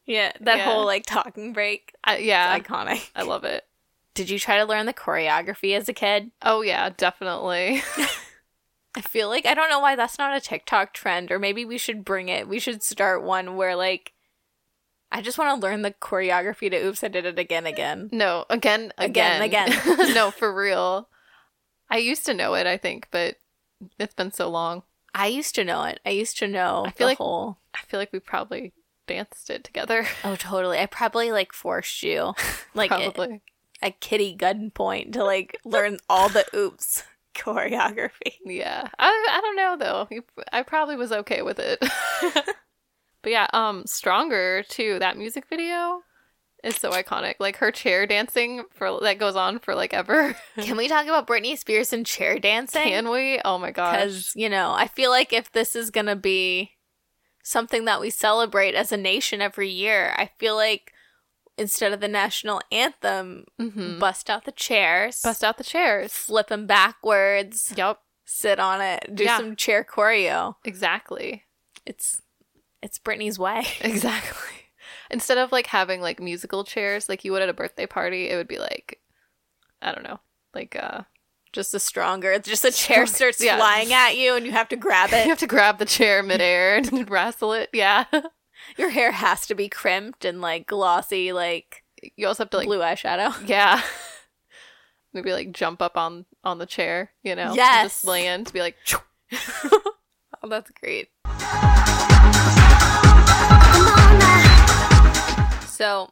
Speaker 1: Yeah, that
Speaker 2: Yeah.
Speaker 1: whole like talking break,
Speaker 2: I, yeah.
Speaker 1: it's iconic.
Speaker 2: I love it.
Speaker 1: Did you try to learn the choreography as a kid?
Speaker 2: Oh yeah, definitely.
Speaker 1: I feel like I don't know why that's not a TikTok trend, or maybe we should bring it. We should start one where like, I just want to learn the choreography to "Oops, I Did It Again" again.
Speaker 2: No, again,
Speaker 1: Again,
Speaker 2: again,
Speaker 1: again.
Speaker 2: no, for real. I used to know it, I think, but it's been so long.
Speaker 1: I used to know it. I used to know.
Speaker 2: I feel
Speaker 1: the
Speaker 2: like-
Speaker 1: whole.
Speaker 2: I feel like we probably danced it together.
Speaker 1: Oh, totally. I probably like forced you, like it-
Speaker 2: probably.
Speaker 1: a kitty gunpoint to like learn all the oops choreography.
Speaker 2: Yeah. I I don't know though. You, I probably was okay with it. but yeah, um Stronger too. That music video is so iconic. Like her chair dancing for that goes on for like ever.
Speaker 1: Can we talk about Britney Spears and chair dancing?
Speaker 2: Can we? Oh my gosh.
Speaker 1: because you know i feel like if this is gonna be something that we celebrate as a nation every year i feel like instead of the national anthem
Speaker 2: Mhm.
Speaker 1: bust out the chairs
Speaker 2: Bust out the chairs.
Speaker 1: flip them backwards
Speaker 2: Yep.
Speaker 1: sit on it do
Speaker 2: Yeah.
Speaker 1: some chair choreo
Speaker 2: Exactly.
Speaker 1: it's it's britney's way
Speaker 2: Exactly. Instead of like having like musical chairs like you would at a birthday party, it would be like I don't know, like uh
Speaker 1: just a stronger just a chair
Speaker 2: Stronger,
Speaker 1: starts
Speaker 2: yeah.
Speaker 1: flying at you and you have to grab it
Speaker 2: you have to grab the chair midair and wrestle it. Yeah.
Speaker 1: Your hair has to be crimped and like glossy, like,
Speaker 2: You also have to like
Speaker 1: blue eyeshadow.
Speaker 2: yeah. Maybe like jump up on on the chair, you know.
Speaker 1: Yes.
Speaker 2: Just land, be like "Choo."
Speaker 1: Oh, that's great. So,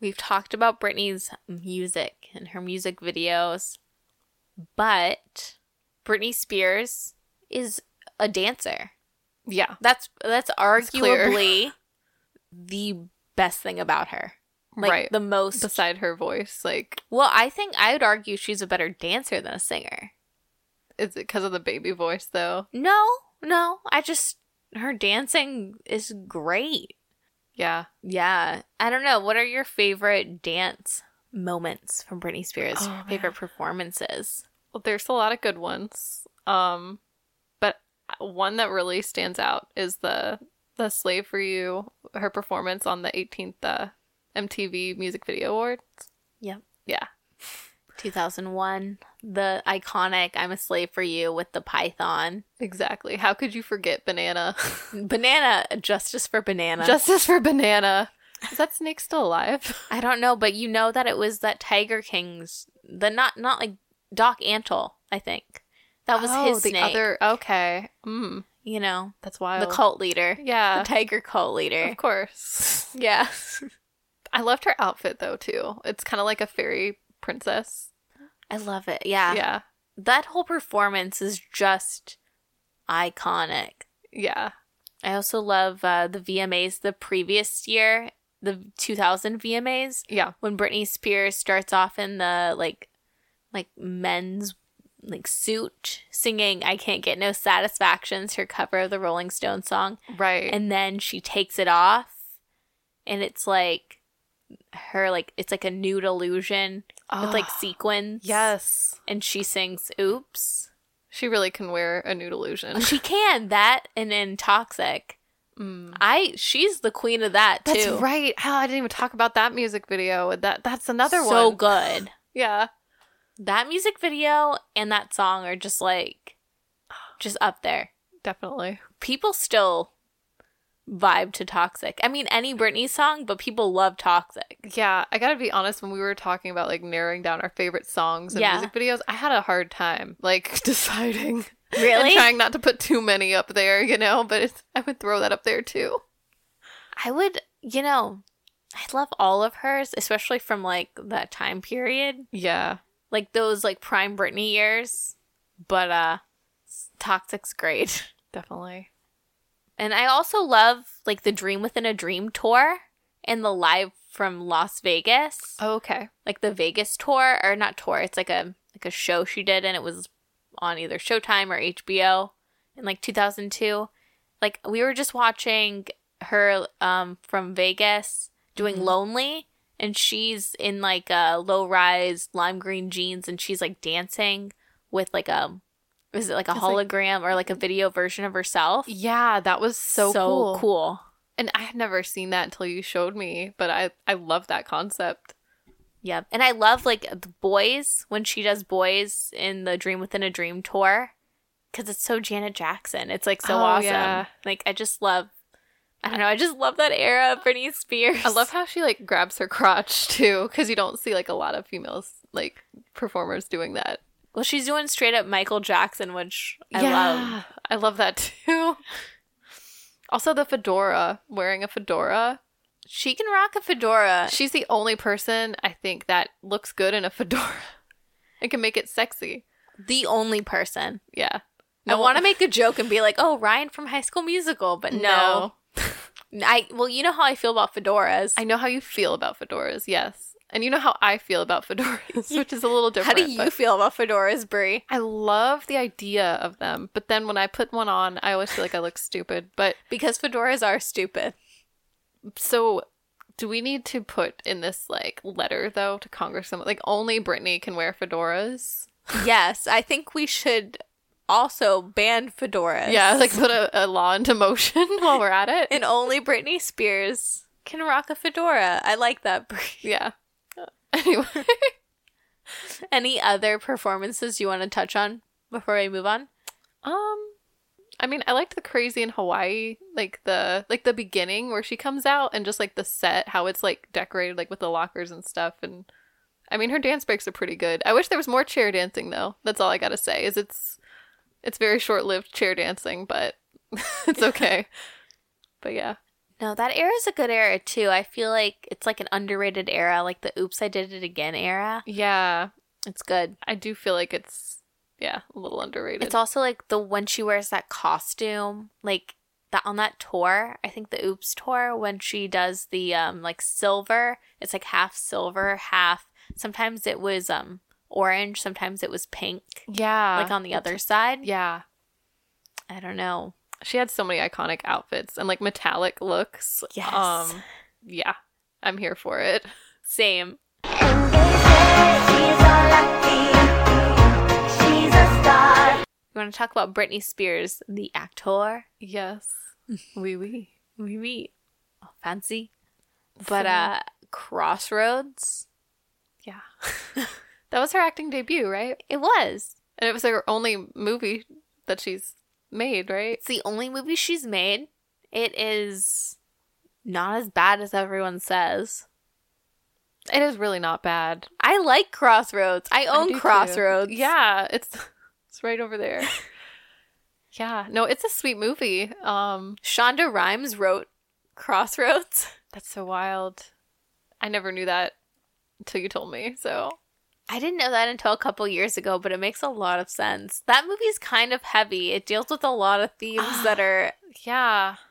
Speaker 1: we've talked about Britney's music and her music videos, but Britney Spears is a dancer.
Speaker 2: yeah,
Speaker 1: That's that's
Speaker 2: clear.
Speaker 1: arguably the best thing about her. Like
Speaker 2: right.
Speaker 1: the most
Speaker 2: Beside her voice, like
Speaker 1: Well, I think I would argue she's a better dancer than a singer.
Speaker 2: is it because of the baby voice though?
Speaker 1: No, no. I just her dancing is great.
Speaker 2: Yeah.
Speaker 1: Yeah. I don't know. What are your favorite dance moments from Britney Spears?
Speaker 2: Oh, man.
Speaker 1: favorite performances?
Speaker 2: Well, there's a lot of good ones. Um, but one that really stands out is the the slave for you her performance on the 18th uh, MTV Music Video Awards.
Speaker 1: Yep.
Speaker 2: Yeah.
Speaker 1: 2001, the iconic I'm a slave for you with the python.
Speaker 2: Exactly. How could you forget Banana?
Speaker 1: Banana, justice for banana.
Speaker 2: Justice for Banana. Is that snake still alive?
Speaker 1: I don't know, but you know that it was that Tiger King's the not not like Doc Antle, I think. That was
Speaker 2: Oh,
Speaker 1: his
Speaker 2: the
Speaker 1: snake,
Speaker 2: other. Okay. Mm,
Speaker 1: you know,
Speaker 2: that's wild.
Speaker 1: the cult leader.
Speaker 2: Yeah.
Speaker 1: The tiger cult leader.
Speaker 2: Of course.
Speaker 1: Yeah.
Speaker 2: I loved her outfit though too. It's kind of like a fairy princess.
Speaker 1: I love it. Yeah.
Speaker 2: yeah.
Speaker 1: That whole performance is just iconic.
Speaker 2: Yeah.
Speaker 1: I also love uh, the VMAs the previous year, the 2000 VMAs,
Speaker 2: Yeah.
Speaker 1: when Britney Spears starts off in the like like men's like suit singing I Can't Get No Satisfactions, her cover of the Rolling Stones song.
Speaker 2: Right.
Speaker 1: And then she takes it off and it's like her like it's like a nude illusion with like
Speaker 2: Ah,
Speaker 1: sequins.
Speaker 2: yes.
Speaker 1: And she sings Oops.
Speaker 2: She really can wear a nude illusion.
Speaker 1: She can that and in Toxic.
Speaker 2: Mm.
Speaker 1: I she's the queen of that
Speaker 2: That's
Speaker 1: too.
Speaker 2: right. Hell, I didn't even talk about that music video. That that's another one.
Speaker 1: so good.
Speaker 2: Yeah.
Speaker 1: That music video and that song are just like just up there.
Speaker 2: Definitely.
Speaker 1: People still vibe to Toxic. I mean any Britney song, but people love Toxic.
Speaker 2: Yeah, I gotta be honest. When we were talking about like narrowing down our favorite songs and
Speaker 1: Yeah.
Speaker 2: music videos, I had a hard time like deciding. and
Speaker 1: Really?
Speaker 2: trying not to put too many up there, you know. But it's, I would throw that up there too.
Speaker 1: I would, you know, I love all of hers, especially from like that time period,
Speaker 2: Yeah.
Speaker 1: like those like prime Britney years. But uh Toxic's great.
Speaker 2: Definitely.
Speaker 1: And I also love like the Dream Within a Dream tour and the live from Las Vegas.
Speaker 2: Okay.
Speaker 1: Like the Vegas tour or not tour, it's like a like a show she did and it was on either Showtime or HBO in like 2002. Like we were just watching her um from Vegas doing
Speaker 2: Mm-hmm.
Speaker 1: Lonely and she's in like a low-rise lime green jeans and she's like dancing with like a is it like a
Speaker 2: It's like-
Speaker 1: hologram or like a video version of herself?
Speaker 2: Yeah, that was so, cool.
Speaker 1: cool.
Speaker 2: And I had never seen that until you showed me, but I I love that concept.
Speaker 1: Yep. And I love like the boys when she does boys in the Dream Within a Dream tour because it's so Janet Jackson. It's like so
Speaker 2: Oh,
Speaker 1: awesome.
Speaker 2: yeah.
Speaker 1: Like I just love. I don't know. I just love that era of Britney Spears.
Speaker 2: I love how she like grabs her crotch too, because you don't see like a lot of females like performers doing that.
Speaker 1: Well, she's doing straight up Michael Jackson, which I love.
Speaker 2: I love that too. Also, the fedora, wearing a fedora.
Speaker 1: She can rock a fedora.
Speaker 2: She's the only person I think that looks good in a fedora and can make it sexy.
Speaker 1: The only person.
Speaker 2: Yeah.
Speaker 1: I want to make a joke and be like, "Oh, Ryan from High School Musical," but no. I well, you know how I feel about fedoras.
Speaker 2: I know how you feel about fedoras, yes. And you know how I feel about fedoras, which is a little
Speaker 1: how
Speaker 2: different.
Speaker 1: do you
Speaker 2: but-
Speaker 1: feel about fedoras, Brie?
Speaker 2: I love the idea of them, but then when I put one on, I always feel like I look stupid. But
Speaker 1: Because fedoras are stupid.
Speaker 2: so do we need to put in this like letter though to Congress someone like only Britney can wear fedoras?
Speaker 1: Yes, I think we should also ban fedoras.
Speaker 2: Yeah, like put a, a law into motion while we're at it.
Speaker 1: and only Britney Spears can rock a fedora. I like that. Bri.
Speaker 2: yeah. Anyway.
Speaker 1: Any other performances you want to touch on before we move on?
Speaker 2: Um I mean, I liked the crazy in Hawaii, like the like the beginning where she comes out and just like the set, how it's like decorated like with the lockers and stuff and I mean, her dance breaks are pretty good. I wish there was more chair dancing though. That's all I got to say is it's it's very short-lived chair dancing, but it's okay. but yeah.
Speaker 1: No, that era is a good era too. I feel like it's like an underrated era, like the "Oops, I Did It Again" era.
Speaker 2: Yeah,
Speaker 1: It's good.
Speaker 2: I do feel like it's yeah, a little underrated.
Speaker 1: It's also like the when she wears that costume, like that on that tour. I think the Oops tour when she does the um like silver. It's like half silver, half. Sometimes it was um orange, sometimes it was pink.
Speaker 2: yeah.
Speaker 1: Like on the other side,
Speaker 2: yeah.
Speaker 1: I don't know.
Speaker 2: She had so many iconic outfits and like metallic looks. Um,
Speaker 1: Yes.
Speaker 2: yeah, I'm here for it.
Speaker 1: Same. You want to talk about Britney Spears, the actor?
Speaker 2: Yes. Wee wee.
Speaker 1: We meet. Oh, fancy. But uh, Crossroads.
Speaker 2: Yeah. that was her acting debut, right?
Speaker 1: It was.
Speaker 2: And it was her only movie that she's made, right?
Speaker 1: It's the only movie she's made. It is not as bad as everyone says.
Speaker 2: It is really not bad.
Speaker 1: I like Crossroads. I
Speaker 2: I do
Speaker 1: own
Speaker 2: too.
Speaker 1: Crossroads.
Speaker 2: Yeah, it's it's right over there. yeah. No, it's a sweet movie. Um
Speaker 1: Shonda Rhimes wrote Crossroads.
Speaker 2: that's so wild. I never knew that until you told me. So,
Speaker 1: I didn't know that until a couple years ago, but it makes a lot of sense. That movie's kind of heavy. It deals with a lot of themes that are
Speaker 2: Yeah.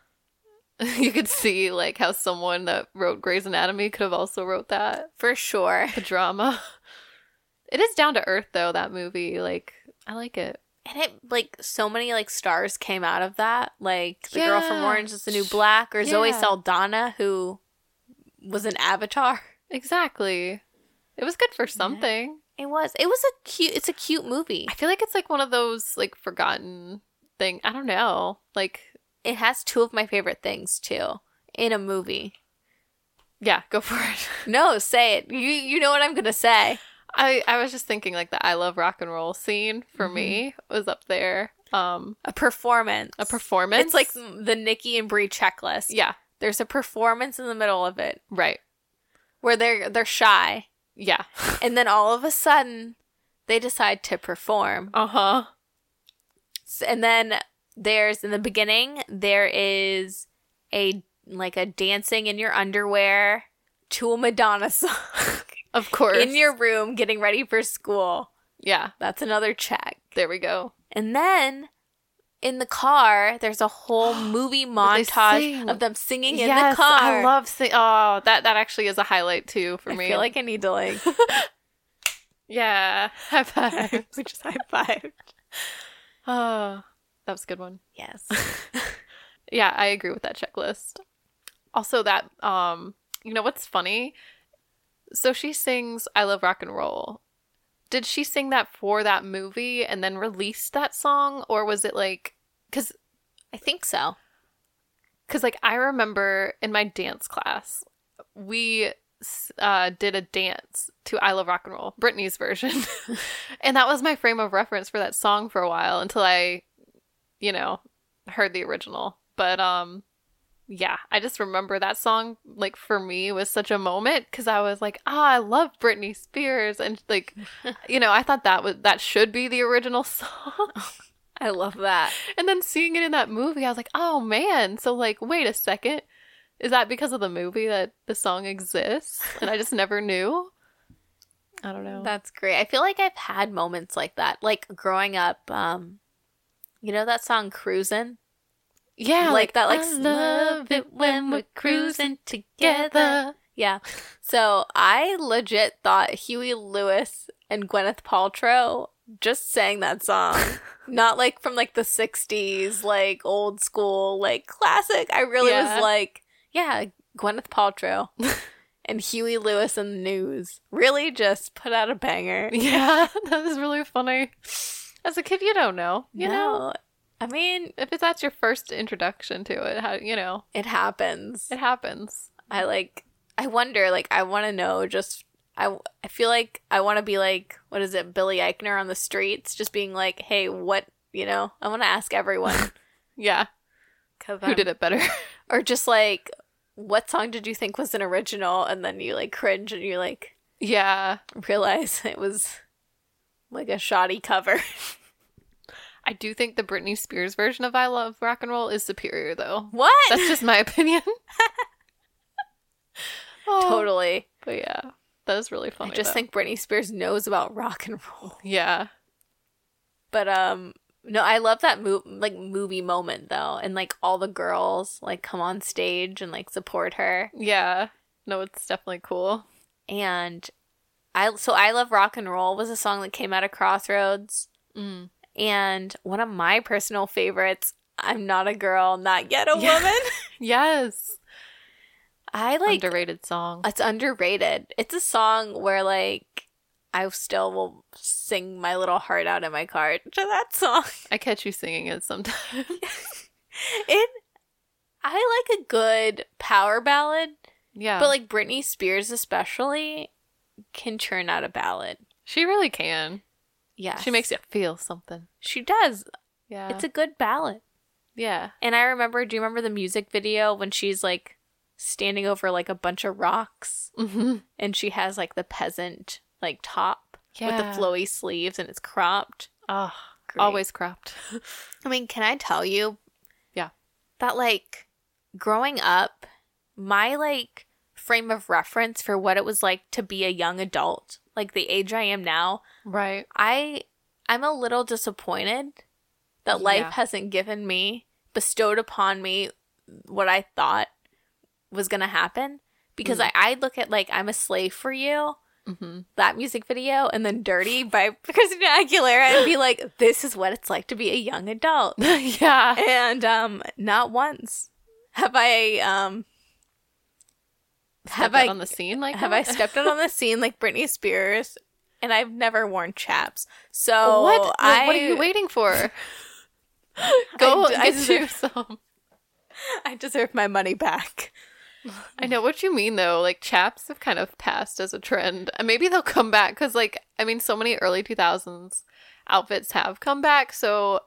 Speaker 2: You could see like how someone that wrote Grey's Anatomy could have also wrote that.
Speaker 1: for sure.
Speaker 2: The drama. It is down to earth though, that movie. Like I like it.
Speaker 1: and it like so many like stars came out of that like the girl from
Speaker 2: Yeah.
Speaker 1: orange is the new black or zoe
Speaker 2: Yeah.
Speaker 1: saldana who was an avatar
Speaker 2: Exactly. It was good for something.
Speaker 1: it was it was a cute it's a cute movie
Speaker 2: I feel like it's like one of those like forgotten thing. I don't know. Like
Speaker 1: it has two of my favorite things too in a movie
Speaker 2: yeah, go for it.
Speaker 1: no say it you you know what i'm gonna say
Speaker 2: I I was just thinking like the I love rock and roll scene for me was up there. Um
Speaker 1: a performance
Speaker 2: a performance.
Speaker 1: Mm-hmm. it's like the nikki and brie checklist
Speaker 2: yeah,
Speaker 1: there's a performance in the middle of it
Speaker 2: right.
Speaker 1: where they're they're shy
Speaker 2: Yeah.
Speaker 1: and then all of a sudden they decide to perform
Speaker 2: Uh-huh.
Speaker 1: S- and then there's in the beginning there is a like a dancing in your underwear to a Madonna song
Speaker 2: Of course.
Speaker 1: in your room getting ready for school.
Speaker 2: Yeah,
Speaker 1: That's another check.
Speaker 2: there we go.
Speaker 1: And then in the car, there's a whole movie montage
Speaker 2: sing.
Speaker 1: of them singing in the
Speaker 2: Yes,
Speaker 1: car.
Speaker 2: I love sing- oh, that that actually is a highlight too for
Speaker 1: I
Speaker 2: me.
Speaker 1: feel like I need to like
Speaker 2: yeah, high five.
Speaker 1: we just high five.
Speaker 2: oh, that was a good one.
Speaker 1: Yes.
Speaker 2: Yeah, I agree with that checklist. Also that um you know what's funny? So she sings I love rock and roll. Did she sing that for that movie and then release that song or was it like cuz
Speaker 1: I think so.
Speaker 2: cuz like I remember in my dance class we s- uh, did a dance to I Love Rock and Roll, Britney's version. and that was my frame of reference for that song for a while until I, you know, heard the original. But um yeah, I just remember that song like for me was such a moment cuz I was like, "Ah, I love Britney Spears." And like, you know, I thought that was that should be the original song.
Speaker 1: I love that.
Speaker 2: and then seeing it in that movie, I was like, "Oh man." So like, wait a second. Is that because of the movie that the song exists and I just never knew? I don't know.
Speaker 1: That's great. I feel like I've had moments like that. Like growing up, um, you know that song Cruisin'?
Speaker 2: yeah,
Speaker 1: like that like
Speaker 2: I love it when we're cruising together.
Speaker 1: Yeah. So I legit thought Huey Lewis and Gwyneth Paltrow just sang that song. Not like from like the sixties, like old school, like classic. I really
Speaker 2: Yeah.
Speaker 1: was like, yeah, Gwyneth Paltrow and Huey Lewis and the news. Really just put out a banger.
Speaker 2: Yeah, that is really funny. As a kid, you don't know. You know,
Speaker 1: No. I mean,
Speaker 2: if it's, that's your first introduction to it, how you know
Speaker 1: it happens.
Speaker 2: it happens.
Speaker 1: I like I wonder like I want to know just I I feel like I want to be like what is it Billy Eichner on the streets just being like hey what you know I want to ask everyone
Speaker 2: Yeah,
Speaker 1: cuz
Speaker 2: who did it better?
Speaker 1: or just like what song did you think was an original and then you like cringe and you like
Speaker 2: yeah,
Speaker 1: realize it was like a shoddy cover.
Speaker 2: I do think the Britney Spears version of "I Love Rock and Roll" is superior, though.
Speaker 1: what?
Speaker 2: That's just my opinion. Oh,
Speaker 1: totally.
Speaker 2: But yeah, that is really
Speaker 1: I
Speaker 2: funny.
Speaker 1: just
Speaker 2: though.
Speaker 1: think Britney Spears knows about rock and roll.
Speaker 2: yeah,
Speaker 1: But um no, I love that mo- like movie moment though, and like all the girls like come on stage and like support her.
Speaker 2: yeah. No, it's definitely cool.
Speaker 1: And I so I love rock and roll was a song that came out of Crossroads,
Speaker 2: Mm.
Speaker 1: and one of my personal favorites. I'm not a girl, not yet a
Speaker 2: Yeah.
Speaker 1: woman.
Speaker 2: Yes,
Speaker 1: I like
Speaker 2: underrated song.
Speaker 1: it's underrated. It's a song where like I still will sing my little heart out in my car to that song.
Speaker 2: I catch you singing it sometimes.
Speaker 1: It I like a good power ballad.
Speaker 2: yeah,
Speaker 1: But like Britney Spears especially can churn out a ballad.
Speaker 2: she really can.
Speaker 1: Yeah.
Speaker 2: She makes you feel something.
Speaker 1: She does.
Speaker 2: Yeah.
Speaker 1: It's a good ballad.
Speaker 2: yeah.
Speaker 1: And I remember do you remember the music video when she's like standing over like a bunch of rocks
Speaker 2: Mm-hmm.
Speaker 1: and she has like the peasant like top with
Speaker 2: Yeah.
Speaker 1: the flowy sleeves and it's cropped.
Speaker 2: Oh,
Speaker 1: Great.
Speaker 2: always cropped.
Speaker 1: I mean, can I tell you?
Speaker 2: Yeah.
Speaker 1: That like growing up, my like frame of reference for what it was like to be a young adult, like the age I am now,
Speaker 2: Right.
Speaker 1: I I'm a little disappointed that life
Speaker 2: Yeah.
Speaker 1: hasn't given me bestowed upon me what I
Speaker 2: Mm.
Speaker 1: thought was going to happen because I I look at like I'm a slave for you
Speaker 2: Mm-hmm.
Speaker 1: that music video and then Dirty by Christina Aguilera and be like, this is what it's like to be a young adult.
Speaker 2: yeah.
Speaker 1: And um not once have I um have
Speaker 2: Have I
Speaker 1: I
Speaker 2: on the scene like
Speaker 1: have
Speaker 2: that?
Speaker 1: I stepped out on the scene like Britney Spears and I've never worn chaps. So
Speaker 2: "Oh, what? Like,
Speaker 1: I,
Speaker 2: what are you waiting for?
Speaker 1: I-
Speaker 2: Go
Speaker 1: I
Speaker 2: get
Speaker 1: deserve-
Speaker 2: you some.
Speaker 1: I deserve my money back.
Speaker 2: I know what you mean though. Like chaps have kind of passed as a trend. And Maybe they'll come back because, like, I mean, so many early two thousands outfits have come back. So,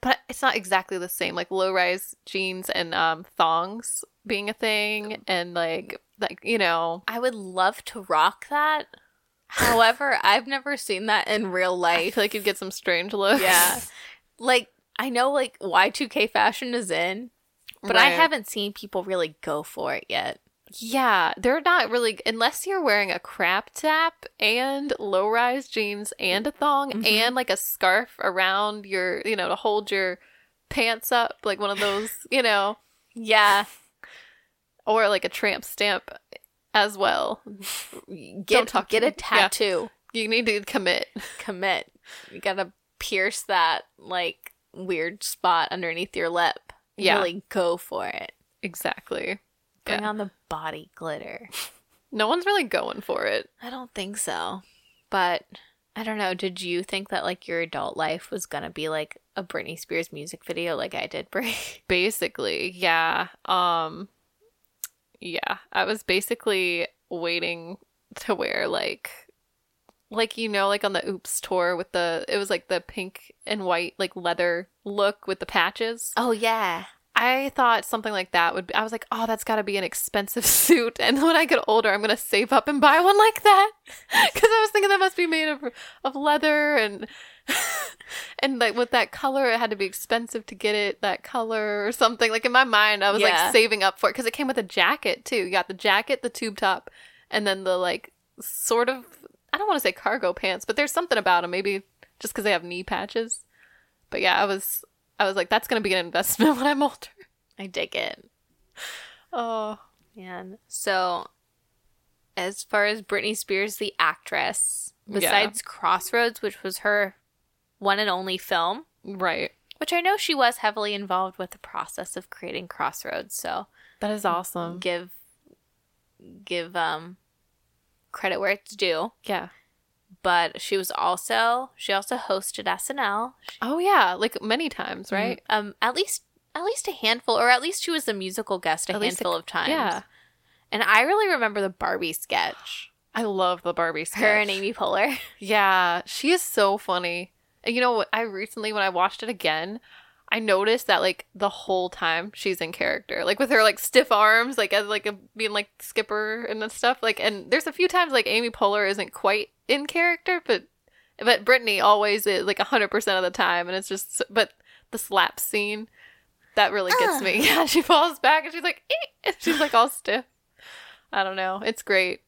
Speaker 2: but it's not exactly the same. Like low rise jeans and um, thongs being a thing, and like like you know,
Speaker 1: I would love to rock that. However, I've never seen that in real
Speaker 2: I
Speaker 1: life.
Speaker 2: feel like you'd get some strange looks.
Speaker 1: Yeah. Like I know like Y2K fashion is in, but I
Speaker 2: Right.
Speaker 1: haven't seen people really go for it yet.
Speaker 2: Yeah, they're not really unless you're wearing a crap tap and low-rise jeans and a thong and like a scarf around your, you know, to hold your pants up, like one of those, you know,
Speaker 1: Yeah.
Speaker 2: or like a tramp stamp as well.
Speaker 1: Get
Speaker 2: talk to
Speaker 1: get
Speaker 2: me.
Speaker 1: a tattoo.
Speaker 2: You need to commit.
Speaker 1: Commit. You got to pierce that like weird spot underneath your lip.
Speaker 2: Yeah.
Speaker 1: Really go for it.
Speaker 2: Exactly.
Speaker 1: Bring
Speaker 2: Yeah.
Speaker 1: on the body glitter.
Speaker 2: No one's really going for it.
Speaker 1: I don't think so. But I don't know. Did you think that like your adult life was gonna be like a Britney Spears music video like I did, Brie?
Speaker 2: basically yeah um yeah i was basically waiting to wear like like you know like on the oops tour with the it was like the pink and white like leather look with the patches
Speaker 1: Oh yeah.
Speaker 2: i thought something like that would be i was like oh that's got to be an expensive suit and when i get older i'm gonna save up and buy one like that because i was thinking that must be made of of leather and and like with that color it had to be expensive to get it that color or something like in my mind i was
Speaker 1: Yeah.
Speaker 2: like saving up for it because it came with a jacket too you got the jacket the tube top and then the like sort of i don't want to say cargo pants but there's something about them maybe just because they have knee patches but yeah i was i was like that's gonna be an investment when i'm older
Speaker 1: I dig it.
Speaker 2: oh
Speaker 1: Man. So, as far as Britney Spears, the actress,
Speaker 2: Yeah.
Speaker 1: besides Crossroads, which was her one and only film,
Speaker 2: right
Speaker 1: which I know she was heavily involved with the process of creating Crossroads, so
Speaker 2: that is awesome
Speaker 1: give give um credit where it's due.
Speaker 2: yeah
Speaker 1: But she was also she also hosted SNL,
Speaker 2: oh yeah like many times right
Speaker 1: Um, at least at least a handful, or at least she was a musical guest a
Speaker 2: At least a-
Speaker 1: handful of times.
Speaker 2: yeah
Speaker 1: And I really remember the Barbie sketch.
Speaker 2: i love the barbie sketch.
Speaker 1: Her and Amy Poehler.
Speaker 2: Yeah, she is so funny. And you know what? I recently, when I watched it again, I noticed that like the whole time she's in character, like with her like stiff arms, like as like a, being like skipper and that stuff. Like, and there's a few times like Amy Poehler isn't quite in character, but but Brittany always is like hundred percent of the time, and it's just but the slap scene that really gets me. Yeah, she falls back and she's like, "Eh," and she's like all stiff. I don't know. It's great.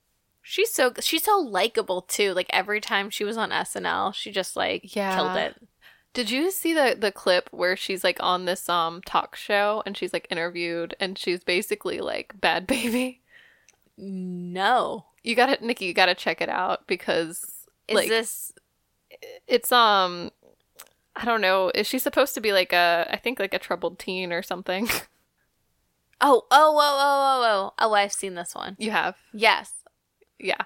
Speaker 1: She's so she's so likable too. Like every time she was on SNL, she just like
Speaker 2: Yeah.
Speaker 1: killed it.
Speaker 2: Did you see the the clip where she's like on this um talk show and she's like interviewed and she's basically like bad baby?
Speaker 1: No,
Speaker 2: You got to Nikki, you got to check it out because
Speaker 1: is
Speaker 2: like
Speaker 1: this
Speaker 2: it's um I don't know, is she supposed to be like a I think like a troubled teen or something?
Speaker 1: oh oh oh oh oh oh oh? I've seen this one.
Speaker 2: you have.
Speaker 1: Yes,
Speaker 2: Yeah.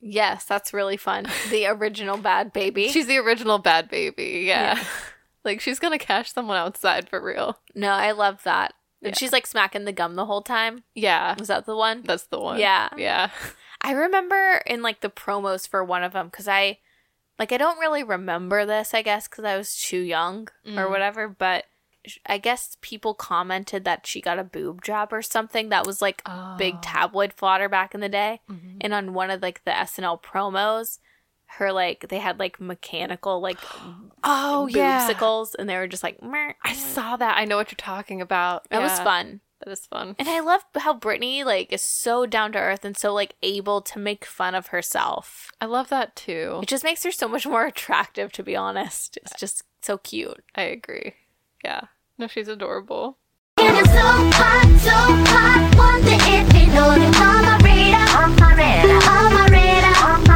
Speaker 1: yes, that's really fun. The original Bad Baby.
Speaker 2: She's the original bad baby. Yeah. like she's going to cash someone outside for real.
Speaker 1: no, I love that. And
Speaker 2: Yeah.
Speaker 1: she's like smacking the gum the whole time.
Speaker 2: Yeah.
Speaker 1: Was that the one?
Speaker 2: That's the one.
Speaker 1: Yeah.
Speaker 2: Yeah.
Speaker 1: I remember in like the promos for one of them because I, like, I don't really remember this, I guess, because I was too young or
Speaker 2: Mm.
Speaker 1: whatever, but sh- I guess people commented that she got a boob job or something that was like
Speaker 2: Oh.
Speaker 1: big tabloid fodder back in the day.
Speaker 2: Mhm.
Speaker 1: And on one of like the SNL promos, her like, they had like mechanical like
Speaker 2: Oh yeah.
Speaker 1: boobsicles and they were just like, "Mer."
Speaker 2: I saw that. I know what you're talking about.
Speaker 1: That was
Speaker 2: Yeah.
Speaker 1: fun.
Speaker 2: That is fun.
Speaker 1: And I love how Brittany like is so down to earth and so like able to make fun of herself.
Speaker 2: I love that too.
Speaker 1: It just makes her so much more attractive, to be honest. It's just so cute.
Speaker 2: I agree. Yeah. No, she's adorable.
Speaker 4: Feeling so hot, so hot. Wonder if you know that I'm a reader. I'm a reader. I'm a reader. I'm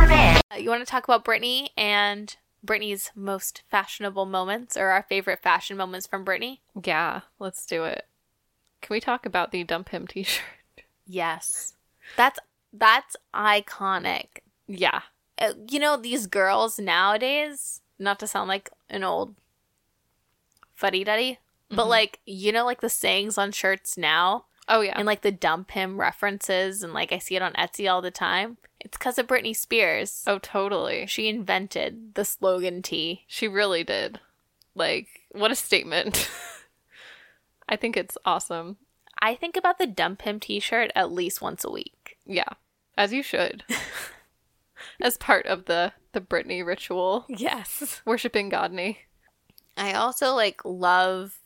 Speaker 1: Uh, talk about Britney and Britney's most fashionable moments or our favorite fashion moments from Britney?
Speaker 2: Yeah, let's do it. Can we talk about the dump him t shirt?
Speaker 1: Yes. That's that's iconic.
Speaker 2: Yeah.
Speaker 1: Uh, you know these girls nowadays, not to sound like an old fuddy duddy,
Speaker 2: Mm-hmm.
Speaker 1: but like you know like the sayings on shirts now
Speaker 2: Oh, yeah.
Speaker 1: and like the dump him references and like I see it on Etsy all the time. It's cuz of Britney Spears.
Speaker 2: oh, totally.
Speaker 1: She invented the slogan tee.
Speaker 2: She really did. Like, what a statement. I think it's awesome.
Speaker 1: I think about the dump him t-shirt at least once a week.
Speaker 2: Yeah, as you should. as part of the the Britney ritual,
Speaker 1: Yes.
Speaker 2: worshiping Godney.
Speaker 1: I also like love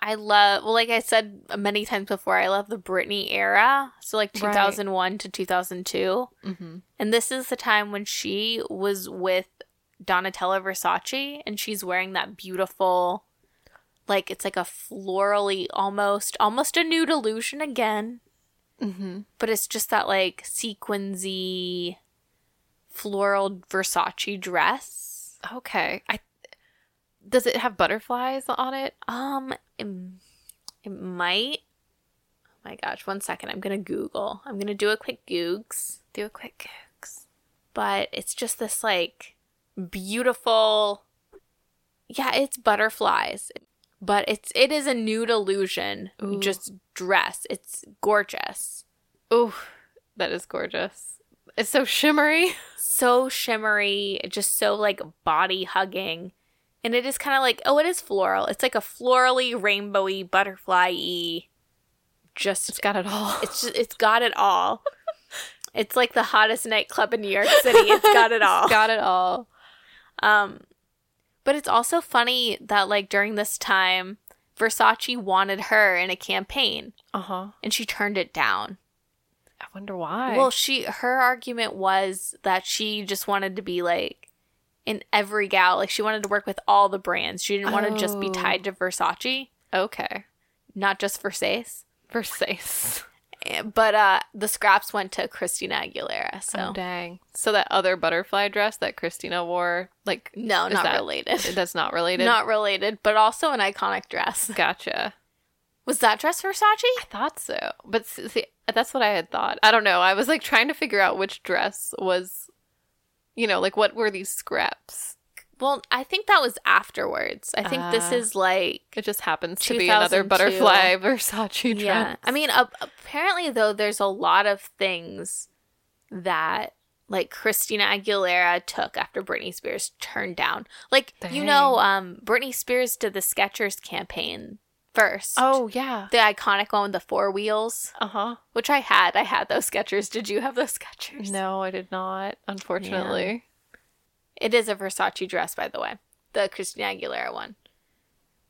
Speaker 1: I love well like I said many times before I love the Britney era so like
Speaker 2: Right. Mm-hmm.
Speaker 1: 2001 to 2002 and this is the time when she was with Donatella Versace and she's wearing that beautiful like it's like a florally almost almost a nude illusion again
Speaker 2: Mm-hmm.
Speaker 1: but it's just that like sequins-y floral Versace dress
Speaker 2: Okay. I does it have butterflies on it?
Speaker 1: Um, it, it might. Oh my gosh, one second. I'm gonna Google. I'm gonna do a quick googs,
Speaker 2: Do a quick googs.
Speaker 1: but it's just this like beautiful. Yeah, it's butterflies, but it's it is a nude illusion.
Speaker 2: Ooh.
Speaker 1: Just dress. It's gorgeous.
Speaker 2: Ooh, that is gorgeous. It's so shimmery.
Speaker 1: So shimmery, just so like body hugging. And it is kind of like, oh, it is floral. It's like a florally, rainbowy, butterfly y, just
Speaker 2: It's got it all.
Speaker 1: It's just, it's got it all. It's like the hottest nightclub in New York City. It's got it all.
Speaker 2: It's got it all.
Speaker 1: um, but it's also funny that like during this time, Versace wanted her in a campaign,
Speaker 2: Uh huh.
Speaker 1: and she turned it down.
Speaker 2: I wonder why.
Speaker 1: Well, she her argument was that she just wanted to be like in every gal. Like she wanted to work with all the brands. She didn't want to just be
Speaker 2: Oh.
Speaker 1: tied to Versace,
Speaker 2: okay.
Speaker 1: not just Versace.
Speaker 2: Versace.
Speaker 1: Eh, But uh, the scraps went to Christina Aguilera. So
Speaker 2: Oh dang. So that other butterfly dress that Christina wore, like
Speaker 1: no,
Speaker 2: is
Speaker 1: not
Speaker 2: that-
Speaker 1: related.
Speaker 2: That's not related.
Speaker 1: Not related, but also an iconic dress.
Speaker 2: gotcha.
Speaker 1: Was that dress
Speaker 2: I
Speaker 1: Versace?
Speaker 2: thought so, but s- see, that's what I had thought. I don't know. I was like trying to figure out which dress was, you know, like what were these scraps?
Speaker 1: Well, I think that was afterwards. I think this
Speaker 2: Ah.
Speaker 1: is like
Speaker 2: It just happens to be another
Speaker 1: 2002.
Speaker 2: butterfly Versace dress.
Speaker 1: yeah. I mean, a- apparently though, there's a lot of things that like Christina Aguilera took after Britney Spears turned down. Like you
Speaker 2: Dang.
Speaker 1: know, um, Britney Spears did the Skechers campaign first.
Speaker 2: Oh yeah.
Speaker 1: the iconic one with the four wheels,
Speaker 2: Uh huh.
Speaker 1: which I had. I had those Skechers. Did you have those Skechers?
Speaker 2: No, I did not. Unfortunately.
Speaker 1: It is a Versace dress, by the way, the Christina Aguilera one,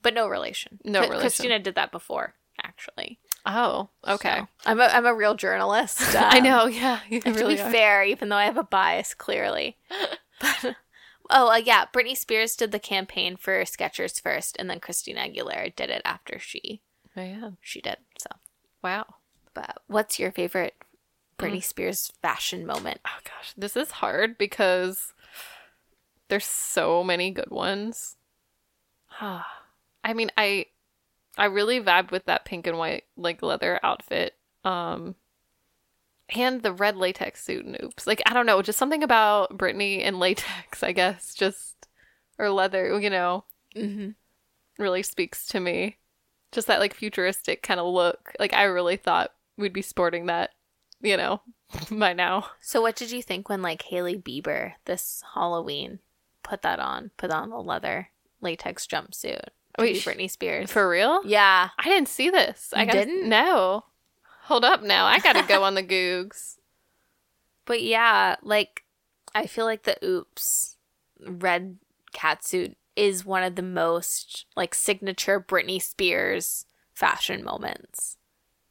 Speaker 1: but no relation.
Speaker 2: No
Speaker 1: Cri-
Speaker 2: relation.
Speaker 1: Christina did that before, actually.
Speaker 2: Oh, okay.
Speaker 1: So, I'm a I'm a real journalist.
Speaker 2: I
Speaker 1: um,
Speaker 2: know. Yeah, you
Speaker 1: and
Speaker 2: really
Speaker 1: to be
Speaker 2: are.
Speaker 1: fair, even though I have a bias, clearly. but oh uh, yeah, Britney Spears did the campaign for Skechers first, and then Christina Aguilera did it after she
Speaker 2: Man,
Speaker 1: she did. So,
Speaker 2: wow.
Speaker 1: but what's your favorite Britney Spears fashion moment?
Speaker 2: Oh gosh, this is hard because there's so many good ones. Ah. I mean, I I really vibed with that pink and white like leather outfit. Um and the red latex suit and oops. Like I don't know, just something about Britney and latex, I guess, just or leather, you know,
Speaker 1: Mm-hmm.
Speaker 2: really speaks to me. Just that like futuristic kind of look. Like I really thought we'd be sporting that, you know, by now.
Speaker 1: So, what did you think when like Haley Bieber this Halloween put that on, put on a leather latex jumpsuit? to
Speaker 2: Wait,
Speaker 1: be
Speaker 2: sh-
Speaker 1: Britney Spears.
Speaker 2: For real?
Speaker 1: yeah,
Speaker 2: I didn't see this. I
Speaker 1: You
Speaker 2: gotta,
Speaker 1: didn't?
Speaker 2: No. Hold up now. I gotta go on the Googs.
Speaker 1: but yeah, like I feel like the oops red catsuit is one of the most like signature Britney Spears fashion moments.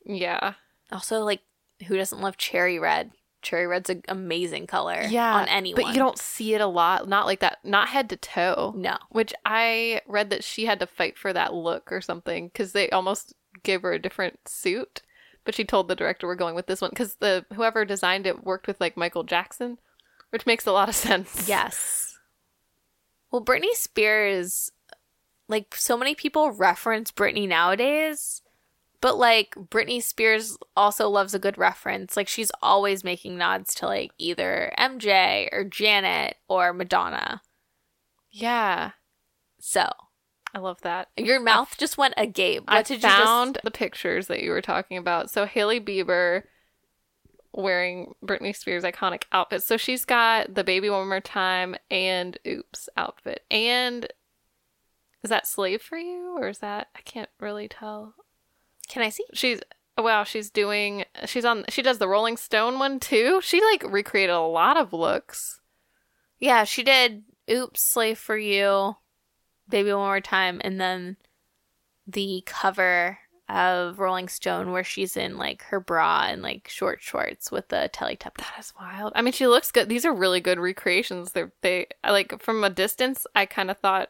Speaker 2: Yeah.
Speaker 1: Also, like who doesn't love cherry red? Cherry red's an amazing color. on anyone.
Speaker 2: But you don't see it a lot. Not like that. Not head to toe.
Speaker 1: No.
Speaker 2: Which I read that she had to fight for that look or something because they almost gave her a different suit. But she told the director we're going with this one because the whoever designed it worked with like Michael Jackson. which makes a lot of sense.
Speaker 1: Yes. Well, Britney Spears, like so many people reference Britney nowadays, but like Britney Spears also loves a good reference. Like she's always making nods to like either MJ or Janet or Madonna.
Speaker 2: Yeah.
Speaker 1: So
Speaker 2: I love that.
Speaker 1: your mouth just went agape. What
Speaker 2: I
Speaker 1: did
Speaker 2: found the pictures that you were talking about. So Haley Bieber wearing Britney Spears' iconic outfit. So she's got the baby one more time and oops outfit. And is that slave for you or is that I can't really tell.
Speaker 1: you just? Can I see?
Speaker 2: She's wow, she's doing she's on she does the Rolling Stone one too. She like recreated a lot of looks.
Speaker 1: Yeah, she did. Oops, slave for you, baby, one more time, and then the cover of Rolling Stone where she's in like her bra and like short shorts with the Teletubby.
Speaker 2: That is wild. I mean, she looks good. These are really good recreations. They're they I, like from a distance. I kind of thought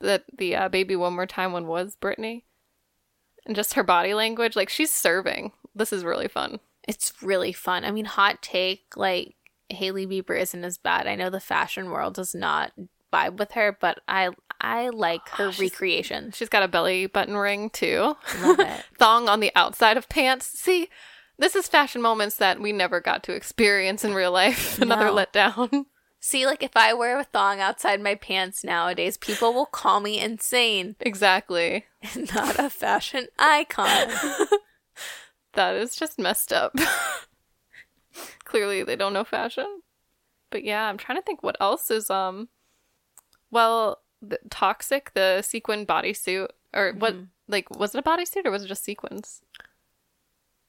Speaker 2: that the uh, baby one more time one was Brittany, and just her body language. Like she's serving. This is really fun.
Speaker 1: It's really fun. I mean, hot take like Haley Bieber isn't as bad. I know the fashion world does not vibe with her, but I I like her recreations.
Speaker 2: Oh, She's got a belly button ring too,
Speaker 1: Love it.
Speaker 2: thong on the outside of pants. See, this is fashion moments that we never got to experience in real life. Another
Speaker 1: No.
Speaker 2: letdown.
Speaker 1: See, like if I wear a thong outside my pants nowadays, people will call me insane.
Speaker 2: exactly.
Speaker 1: Not a fashion icon.
Speaker 2: That is just messed up. Clearly they don't know fashion. But yeah, I'm trying to think what else is um well, the toxic, the sequin bodysuit or what
Speaker 1: Mm-hmm.
Speaker 2: like was it a bodysuit or was it just sequins?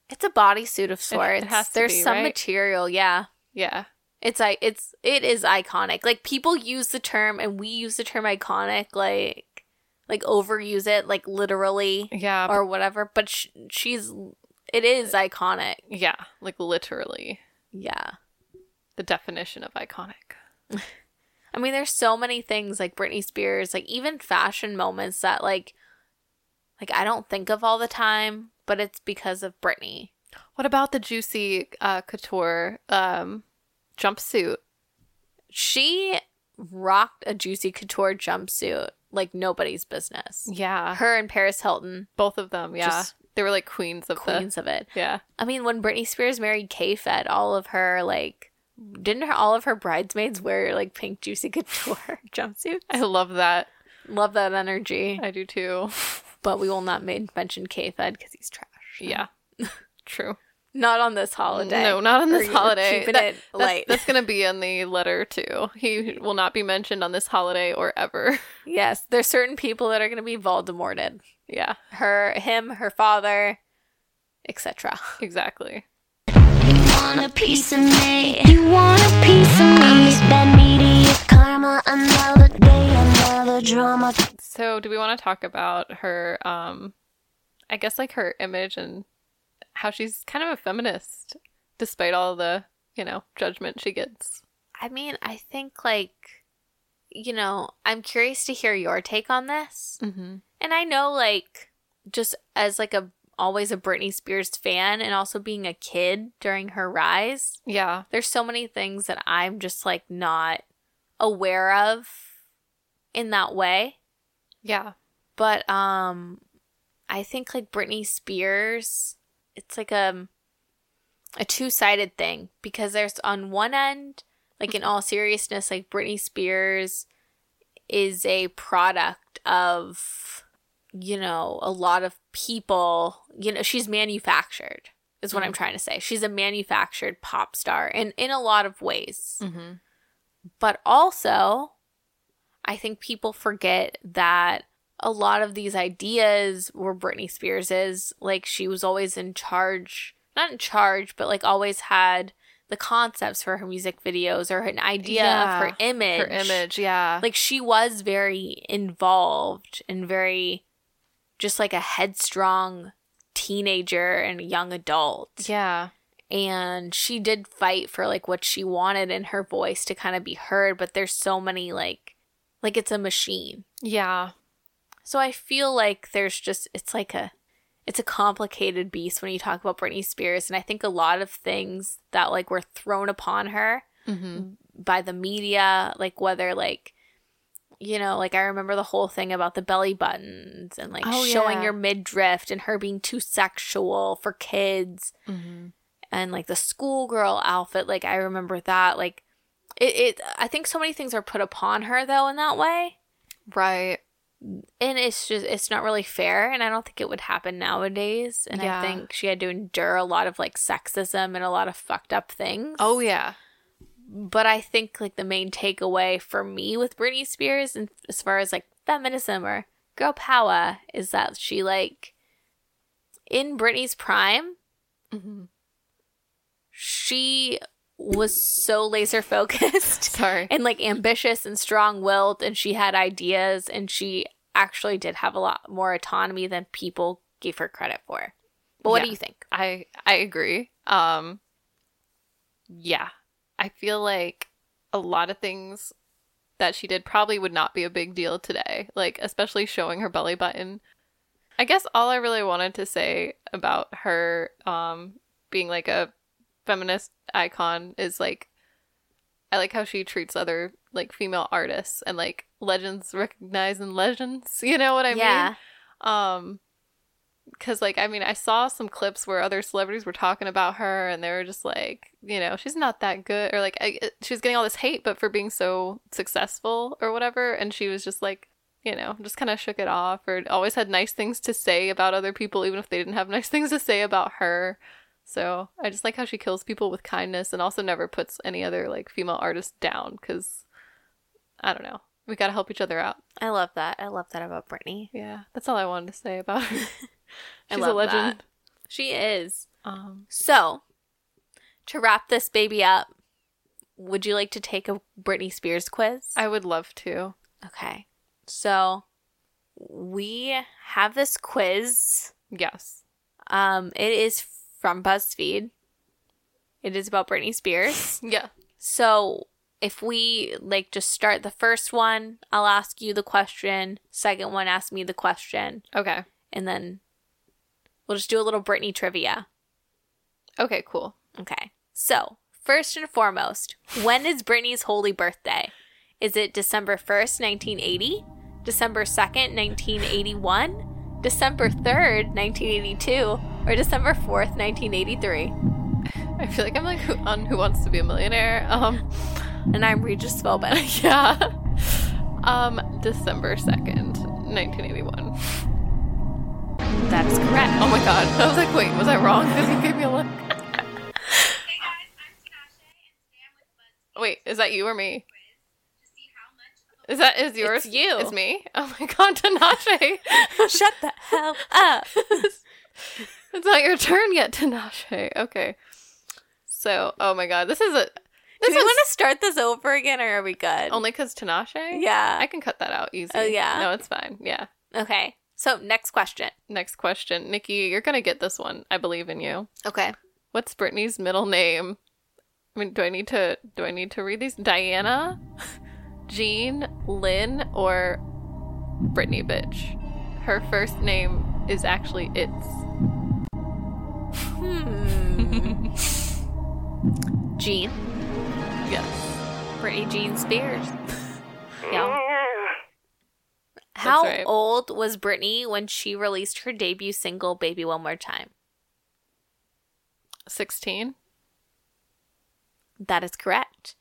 Speaker 1: It's a bodysuit of sorts.
Speaker 2: has to
Speaker 1: There's
Speaker 2: be,
Speaker 1: some
Speaker 2: right?
Speaker 1: material, yeah.
Speaker 2: Yeah.
Speaker 1: It's like it's it is iconic. Like people use the term and we use the term iconic like like overuse it like literally
Speaker 2: Yeah.
Speaker 1: or whatever, but sh- she's it is iconic.
Speaker 2: yeah, like literally
Speaker 1: Yeah.
Speaker 2: the definition of iconic.
Speaker 1: I mean, there's so many things like Britney Spears, like even fashion moments that like like I don't think of all the time, but it's because of Britney.
Speaker 2: What about the juicy uh couture um jumpsuit?
Speaker 1: She rocked a juicy couture jumpsuit like nobody's business.
Speaker 2: Yeah.
Speaker 1: her and Paris Hilton,
Speaker 2: Both of them, yeah.
Speaker 1: Just
Speaker 2: they were like queens of
Speaker 1: queens of it.
Speaker 2: the Yeah.
Speaker 1: I mean, when Britney Spears married K Fed, all of her like didn't her, all of her bridesmaids wear like pink juicy couture jumpsuits?
Speaker 2: I love that.
Speaker 1: Love that energy.
Speaker 2: I do too.
Speaker 1: But we will not ma- mention K Fed because he's trash.
Speaker 2: Yeah. True.
Speaker 1: Not on this holiday.
Speaker 2: No, not on
Speaker 1: We're-
Speaker 2: this
Speaker 1: we're
Speaker 2: holiday.
Speaker 1: keeping
Speaker 2: That-
Speaker 1: it
Speaker 2: that's-
Speaker 1: light.
Speaker 2: That's, going to be in the letter too. He will not be mentioned on this holiday or ever.
Speaker 1: yes, there's certain people that are going to be Voldemorted.
Speaker 2: yeah,
Speaker 1: Her, him, her father, etc.
Speaker 2: exactly.
Speaker 4: want a piece of me. You want a piece of me. I'm this bad media karma. Another day, another drama.
Speaker 2: So, do we want to talk about her um I guess like her image and how she's kind of a feminist despite all the, you know, judgment she gets?
Speaker 1: I mean, I think like you know, I'm curious to hear your take on this.
Speaker 2: Mhm.
Speaker 1: And I know like just as like a always a Britney Spears fan and also being a kid during her rise,
Speaker 2: Yeah.
Speaker 1: there's so many things that I'm just like not aware of in that way.
Speaker 2: Yeah.
Speaker 1: But um I think like Britney Spears, it's like a a two-sided thing because there's on one end, like in all seriousness, like Britney Spears is a product of you know, a lot of people, you know, she's manufactured. Is what I'm trying to say. She's a manufactured pop star and in a lot of ways
Speaker 2: Mhm.
Speaker 1: but also i think people forget that a lot of these ideas were britney spears's like she was always in charge not in charge but like always had the concepts for her music videos or an idea of her image
Speaker 2: Her image, yeah.
Speaker 1: like she was very involved and very just like a headstrong teenager and young adult
Speaker 2: yeah.
Speaker 1: and she did fight for like what she wanted in her voice to kind of be heard but there's so many like like it's a machine
Speaker 2: Yeah.
Speaker 1: so i feel like there's just it's like a it's a complicated beast when you talk about britney spears and i think a lot of things that like were thrown upon her
Speaker 2: Mhm.
Speaker 1: by the media, like whether like you know, like I remember the whole thing about the belly buttons and like
Speaker 2: Oh,
Speaker 1: showing
Speaker 2: yeah.
Speaker 1: your midriff and her being too sexual for kids
Speaker 2: Mm-hmm.
Speaker 1: and like the schoolgirl outfit. Like I remember that. Like it, it I think so many things are put upon her though in that way.
Speaker 2: Right.
Speaker 1: And it's just it's not really fair and I don't think it would happen nowadays. And
Speaker 2: Yeah.
Speaker 1: I think she had to endure a lot of like sexism and a lot of fucked up things.
Speaker 2: Oh yeah.
Speaker 1: but I think like the main takeaway for me with Britney Spears, and as far as like feminism or girl power, is that she like in Britney's prime,
Speaker 2: Mhm.
Speaker 1: she was so laser focused
Speaker 2: Sorry.
Speaker 1: and like ambitious and strong willed, and she had ideas, and she actually did have a lot more autonomy than people gave her credit for. But what do
Speaker 2: Yeah.
Speaker 1: you think?
Speaker 2: I I agree. Um yeah. I feel like a lot of things that she did probably would not be a big deal today, like especially showing her belly button. I guess all I really wanted to say about her um being like a feminist icon is like I like how she treats other like female artists and like legends recognize and legends, you know what I mean? um because like i mean i saw some clips where other celebrities were talking about her and they were just like you know she's not that good or like I, she was getting all this hate but for being so successful or whatever and she was just like you know just kind of shook it off or always had nice things to say about other people even if they didn't have nice things to say about her so i just like how she kills people with kindness and also never puts any other like female artist down because i don't know we gotta help each other out
Speaker 1: I love that. I love that about Britney.
Speaker 2: yeah, that's all I wanted to say about her. She's
Speaker 1: I
Speaker 2: a
Speaker 1: love
Speaker 2: legend.
Speaker 1: She is.
Speaker 2: Um,
Speaker 1: So, to wrap this baby up, would you like to take a Britney Spears quiz?
Speaker 2: I would love to.
Speaker 1: okay. So, we have this quiz.
Speaker 2: Yes.
Speaker 1: Um, it is from BuzzFeed. It is about Britney Spears.
Speaker 2: Yeah.
Speaker 1: So, if we like just start the first one, I'll ask you the question. Second one, ask me the question,
Speaker 2: Okay.
Speaker 1: and then we'll just do a little Britney trivia.
Speaker 2: Okay. Cool.
Speaker 1: Okay. So, first and foremost, when is Britney's holy birthday? Is it December 1st, 1980? December 2nd, 1981? December 3rd, 1982? Or December 4th, 1983?
Speaker 2: I feel like I'm like who, on Who Wants to Be a Millionaire. Um,
Speaker 1: And I'm Regis Philbin.
Speaker 2: yeah. Um, December second, nineteen eighty-one.
Speaker 1: That is correct.
Speaker 2: Oh my god. I was like, wait, was I wrong? Because he gave me a look.
Speaker 5: Hey guys, I'm Sasha and Sam with BuzzFeed
Speaker 2: Wait, is that you or me?
Speaker 5: Quiz to see how much of a
Speaker 2: Is that is yours?
Speaker 1: It's you.
Speaker 2: It's me. Oh my god, Tanache.
Speaker 1: Shut the hell up.
Speaker 2: It's not your turn yet, Tinashe. Okay. So, oh my god, this is a.
Speaker 1: Do
Speaker 2: This
Speaker 1: we
Speaker 2: is
Speaker 1: want to start this Oh over again or are we good?
Speaker 2: only because Tinashe?
Speaker 1: Yeah.
Speaker 2: I can cut that out easy.
Speaker 1: Oh, yeah?
Speaker 2: No, it's fine. Yeah.
Speaker 1: Okay. So, next question.
Speaker 2: Next question. Nikki, you're going to get this one. I believe in you.
Speaker 1: Okay.
Speaker 2: What's Brittany's middle name? I mean, do I need to do I need to read these? Diana, Jean, Lynn, or Brittany bitch. Her first name is actually it's.
Speaker 1: Hmm. Jean.
Speaker 2: Yes.
Speaker 1: Britney Jean Spears. yeah. How
Speaker 2: That's right.
Speaker 1: old was Britney when she released her debut single "Baby One More Time"?
Speaker 2: Sixteen.
Speaker 1: That is correct.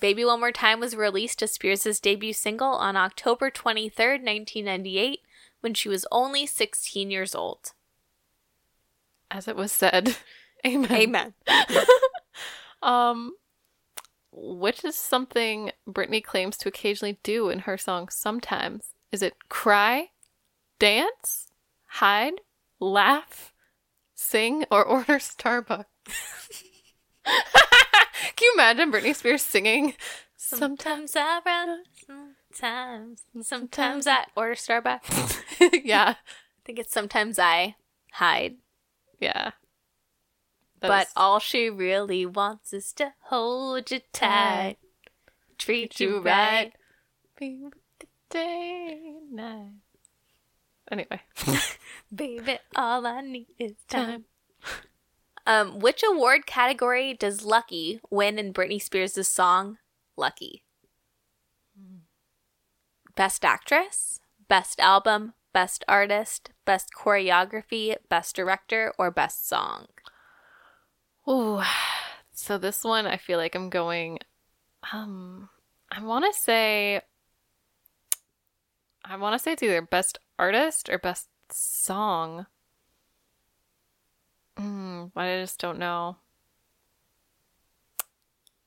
Speaker 1: "Baby One More Time" was released as Spears' debut single on October twenty third, nineteen ninety eight, when she was only sixteen years old.
Speaker 2: As it was said. Amen. Um, which is something Britney claims to occasionally do in her songs sometimes. Is it cry, dance, hide, laugh, sing, or order Starbucks? Can you imagine Britney Spears singing?
Speaker 1: Sometimes I run, sometimes, sometimes I order Starbucks. I
Speaker 2: yeah.
Speaker 1: think it's sometimes I hide.
Speaker 2: Yeah.
Speaker 1: but all she really wants is to hold you tight, treat you right.
Speaker 2: all day night. Anyway.
Speaker 1: baby. All I need is time. Um, which award category does Lucky win in Britney Spears' song Lucky. Best actress, best album, best artist, best choreography, best director, or best song.
Speaker 2: Ooh. So this one I feel like I'm going um I want to say I want to say it's either best artist or best song. Mm, I just don't know.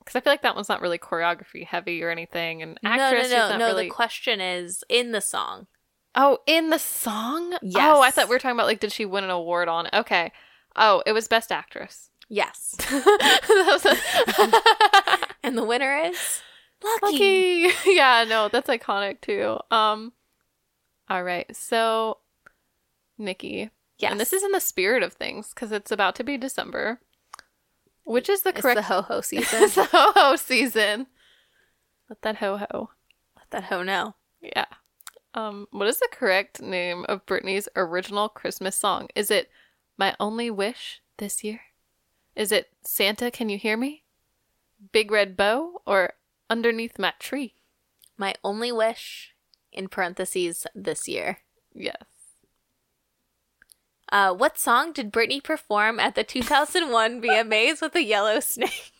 Speaker 2: Cuz I feel like that one's not really choreography heavy or anything and actress
Speaker 1: no, no,
Speaker 2: is
Speaker 1: no,
Speaker 2: not
Speaker 1: no.
Speaker 2: really
Speaker 1: The question is in the song.
Speaker 2: Oh, in the song?
Speaker 1: Yes.
Speaker 2: Oh, I thought we were talking about like did she win an award on? Okay. Oh, it was best actress.
Speaker 1: Yes,
Speaker 2: That was-
Speaker 1: and the winner is
Speaker 2: Lucky. Yeah, no, that's iconic too. Um All right. So Nikki.
Speaker 1: Yes,
Speaker 2: And this is in the spirit of things cuz it's about to be December. Which is the
Speaker 1: It's
Speaker 2: correct
Speaker 1: the ho ho season.
Speaker 2: It's the ho-ho season. Let that ho-ho.
Speaker 1: Let that ho know.
Speaker 2: Yeah. Um what is the correct name of Britney's original Christmas song? Is it My Only Wish this year? Is it Santa Can You Hear Me? Big Red Bow or Underneath My Tree?
Speaker 1: My only wish, in parentheses, this year.
Speaker 2: Yes.
Speaker 1: Uh, what song did Britney perform at the 2001 VMAs with a yellow snake?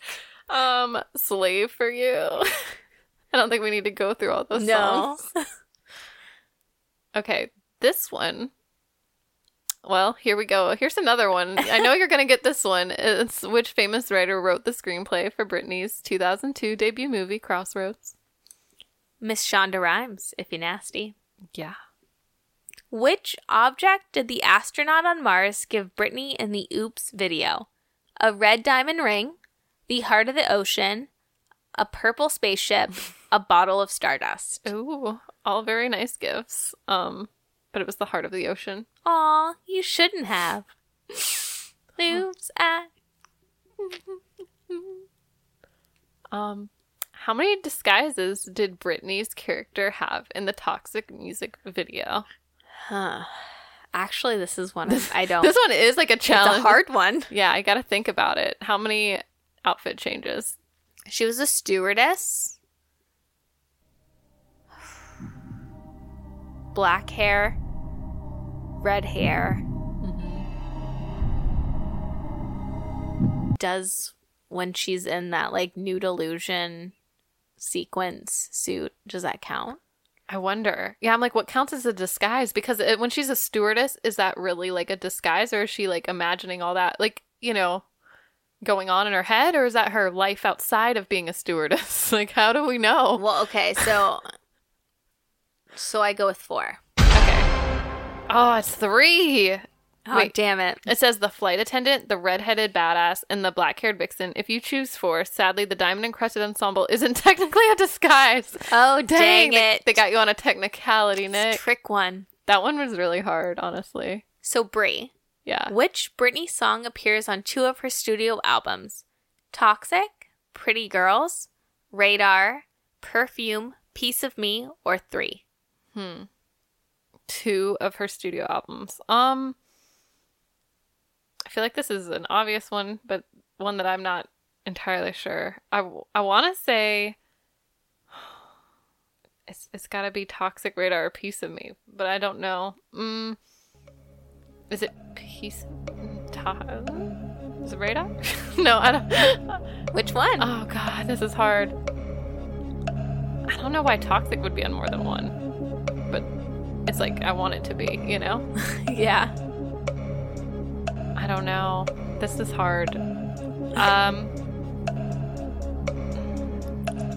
Speaker 2: Um, Slave for You. I don't think we need to go through all those songs. Okay, this one. Well, here we go. Here's another one. I know you're going to get this one. It's which famous writer wrote the screenplay for Britney's 2002 debut movie Crossroads?
Speaker 1: Miss Shonda Rhimes, if you nasty.
Speaker 2: Yeah.
Speaker 1: Which object did the astronaut on Mars give Britney in the Oops video? A red diamond ring, the heart of the ocean, a purple spaceship, a bottle of stardust.
Speaker 2: Ooh, all very nice gifts. Um, but it was the heart of the ocean.
Speaker 1: Aw, you shouldn't have. Oops, ah. I
Speaker 2: Um, how many disguises did Britney's character have in the Toxic music video?
Speaker 1: Huh. Actually, this is one of, I don't.
Speaker 2: This one is like a
Speaker 1: it's
Speaker 2: challenge.
Speaker 1: a hard one.
Speaker 2: Yeah, I gotta think about it. How many outfit changes?
Speaker 1: She was a stewardess. Black hair, red hair. Mm-hmm. Does when she's in that like nude illusion sequence suit, does that count?
Speaker 2: I wonder. Yeah, I'm like, what counts as a disguise? Because it, when she's a stewardess, is that really like a disguise, or is she like imagining all that, like you know, going on in her head, or is that her life outside of being a stewardess? like, how do we know?
Speaker 1: Well, okay, so so I go with four.
Speaker 2: Oh, it's three.
Speaker 1: Oh,
Speaker 2: Wait.
Speaker 1: damn it.
Speaker 2: It says the flight attendant, the redheaded badass, and the black-haired vixen. If you choose four, sadly, the diamond-encrusted ensemble isn't technically a disguise.
Speaker 1: Oh, dang,
Speaker 2: they-
Speaker 1: it.
Speaker 2: They got you on a technicality, Nick.
Speaker 1: trick one.
Speaker 2: That one was really hard, honestly.
Speaker 1: So Brie,
Speaker 2: Yeah.
Speaker 1: Which Britney song appears on two of her studio albums? Toxic, Pretty Girls, Radar, Perfume, Piece of Me, or Three?
Speaker 2: Two of her studio albums. Um I feel like this is an obvious one, but one that I'm not entirely sure. I want to say it's it's got to be Toxic Radar or Piece of Me, but I don't know. Mm. Is it Piece mm, Ta- Is it Radar? no, I don't
Speaker 1: Which one?
Speaker 2: Oh god, this is hard. I don't know why toxic would be on more than one, but it's like I want it to be, you know?
Speaker 1: yeah.
Speaker 2: I don't know. This is hard. Um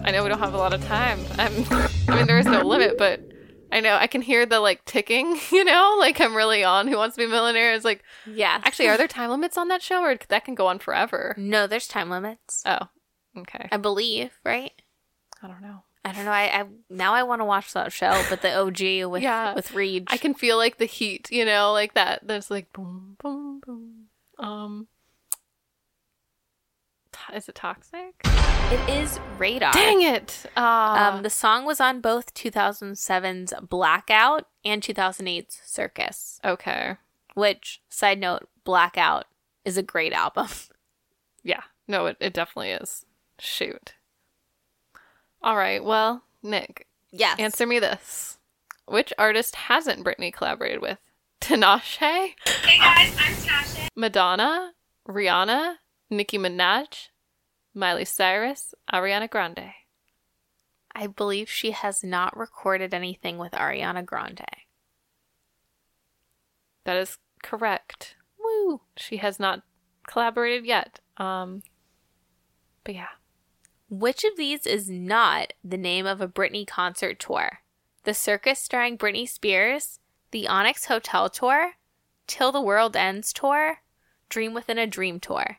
Speaker 2: I know we don't have a lot of time. I'm I mean there is no limit, but I know I can hear the like ticking, you know? Like I'm really on Who Wants to Be a Millionaire is like
Speaker 1: Yeah.
Speaker 2: actually are there time limits on that show or that can go on forever?
Speaker 1: no, there's time limits.
Speaker 2: Oh. Okay.
Speaker 1: I believe, right?
Speaker 2: I don't know.
Speaker 1: I don't know. I, I now I want to watch that show, but the OG with
Speaker 2: Yeah.
Speaker 1: with Reed.
Speaker 2: I can feel like the heat, you know, like that. There's like boom, boom, boom. Um, to- is it toxic?
Speaker 1: It is Radar.
Speaker 2: Dang it! Uh,
Speaker 1: Um, the song was on both 2007's Blackout and 2008's Circus.
Speaker 2: okay,
Speaker 1: which side note blackout is a great album
Speaker 2: yeah, no, it, it definitely is. Shoot. All right. Well, Nick,
Speaker 6: Yes.
Speaker 2: answer me this: Which artist hasn't Britney collaborated with? Tinashe,
Speaker 5: Hey guys, I'm Tasha.
Speaker 2: Madonna, Rihanna, Nicki Minaj, Miley Cyrus, Ariana Grande.
Speaker 1: I believe she has not recorded anything with Ariana Grande.
Speaker 2: That is correct. Woo! She has not collaborated yet. Um, but yeah.
Speaker 1: Which of these is not the name of a Britney concert tour? The circus starring Britney Spears, the Onyx Hotel tour, Till the World Ends tour, Dream Within a Dream tour.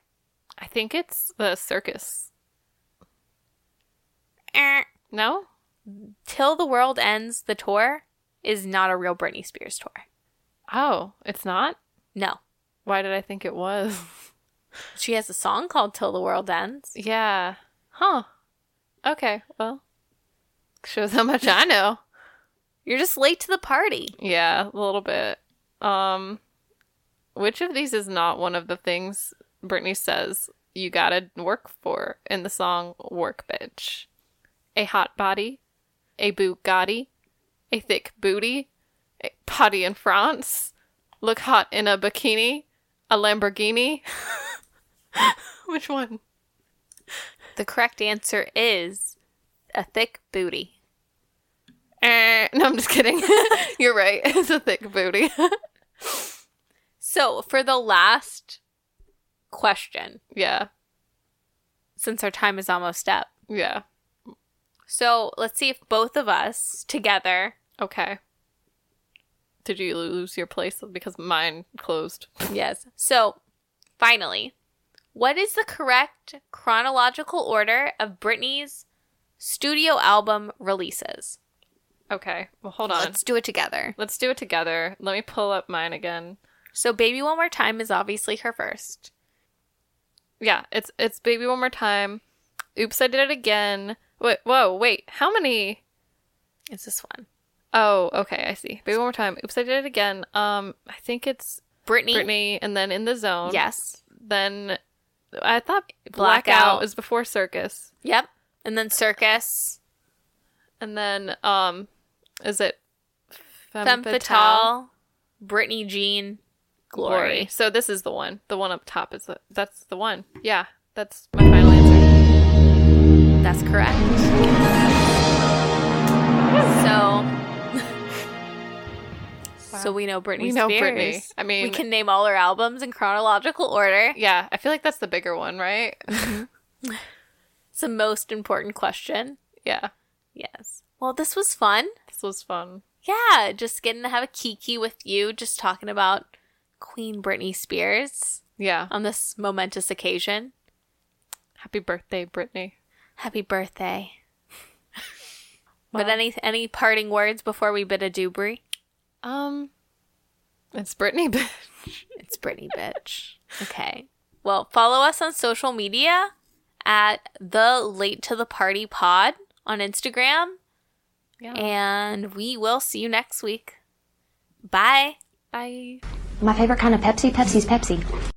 Speaker 2: I think it's the circus.
Speaker 1: Eh.
Speaker 2: No?
Speaker 1: Till the World Ends, the tour, is not a real Britney Spears tour.
Speaker 2: Oh, it's not?
Speaker 1: No.
Speaker 2: Why did I think it was?
Speaker 1: She has a song called Till the World Ends.
Speaker 2: yeah. Huh. Okay, well. Shows how much I know.
Speaker 1: You're just late to the party.
Speaker 2: Yeah, a little bit. Um which of these is not one of the things Britney says you gotta work for in the song Work Bitch? A hot body, a Bugatti, a thick booty, a potty in France, look hot in a bikini, a Lamborghini. which one?
Speaker 1: The correct answer is a thick booty.
Speaker 2: Eh, no, I'm just kidding. You're right. It's a thick booty.
Speaker 1: So, for the last question,
Speaker 2: yeah,
Speaker 1: since our time is almost up.
Speaker 2: yeah.
Speaker 1: So, let's see if both of us together.
Speaker 2: Okay. Did you lose your place because mine closed?
Speaker 1: Yes. So, finally, what is the correct chronological order of Britney's studio album releases?
Speaker 2: Okay. Well, hold on.
Speaker 1: Let's do it together.
Speaker 2: Let's do it together. Let me pull up mine again.
Speaker 1: So, Baby One More Time is obviously her first.
Speaker 2: Yeah, it's it's baby one more time. Oops, I did it again. Wait, whoa, wait. How many?
Speaker 1: It's this one.
Speaker 2: Oh, okay, I see. Baby one more time. Oops, I did it again. Um, I think it's
Speaker 1: Britney.
Speaker 2: Britney, and then in the zone.
Speaker 1: Yes.
Speaker 2: Then I thought
Speaker 1: Blackout.
Speaker 2: blackout was before circus.
Speaker 1: Yep. And then Circus,
Speaker 2: And then, um, is it
Speaker 1: Femme Fatale, Britney Jean, Glory.
Speaker 2: So this is the one. The one up top is the, that's the one. Yeah, that's my final answer.
Speaker 1: That's correct. So, so we know Britney.
Speaker 2: We know
Speaker 1: Spears.
Speaker 2: Britney. I mean-
Speaker 1: we can name all her albums in chronological order.
Speaker 2: Yeah, I feel like that's the bigger one, right?
Speaker 1: It's the most important question.
Speaker 2: yeah,
Speaker 1: Yes. Well, this was fun.
Speaker 2: this was fun.
Speaker 1: Yeah, just getting to have a kiki with you, just talking about Queen Britney Spears
Speaker 2: Yeah,
Speaker 1: on this momentous occasion.
Speaker 2: happy birthday, Brittany.
Speaker 1: Happy birthday. but any any parting words before we bid adieu, Brie?
Speaker 2: Um, it's Brittany. bitch.
Speaker 1: It's Brittany, bitch. Okay. Well, follow us on social media at the Late to the Party Pod on Instagram.
Speaker 2: Yeah.
Speaker 1: And we will see you next week. Bye.
Speaker 2: Bye.
Speaker 3: My favorite kind of Pepsi, Pepsi's Pepsi.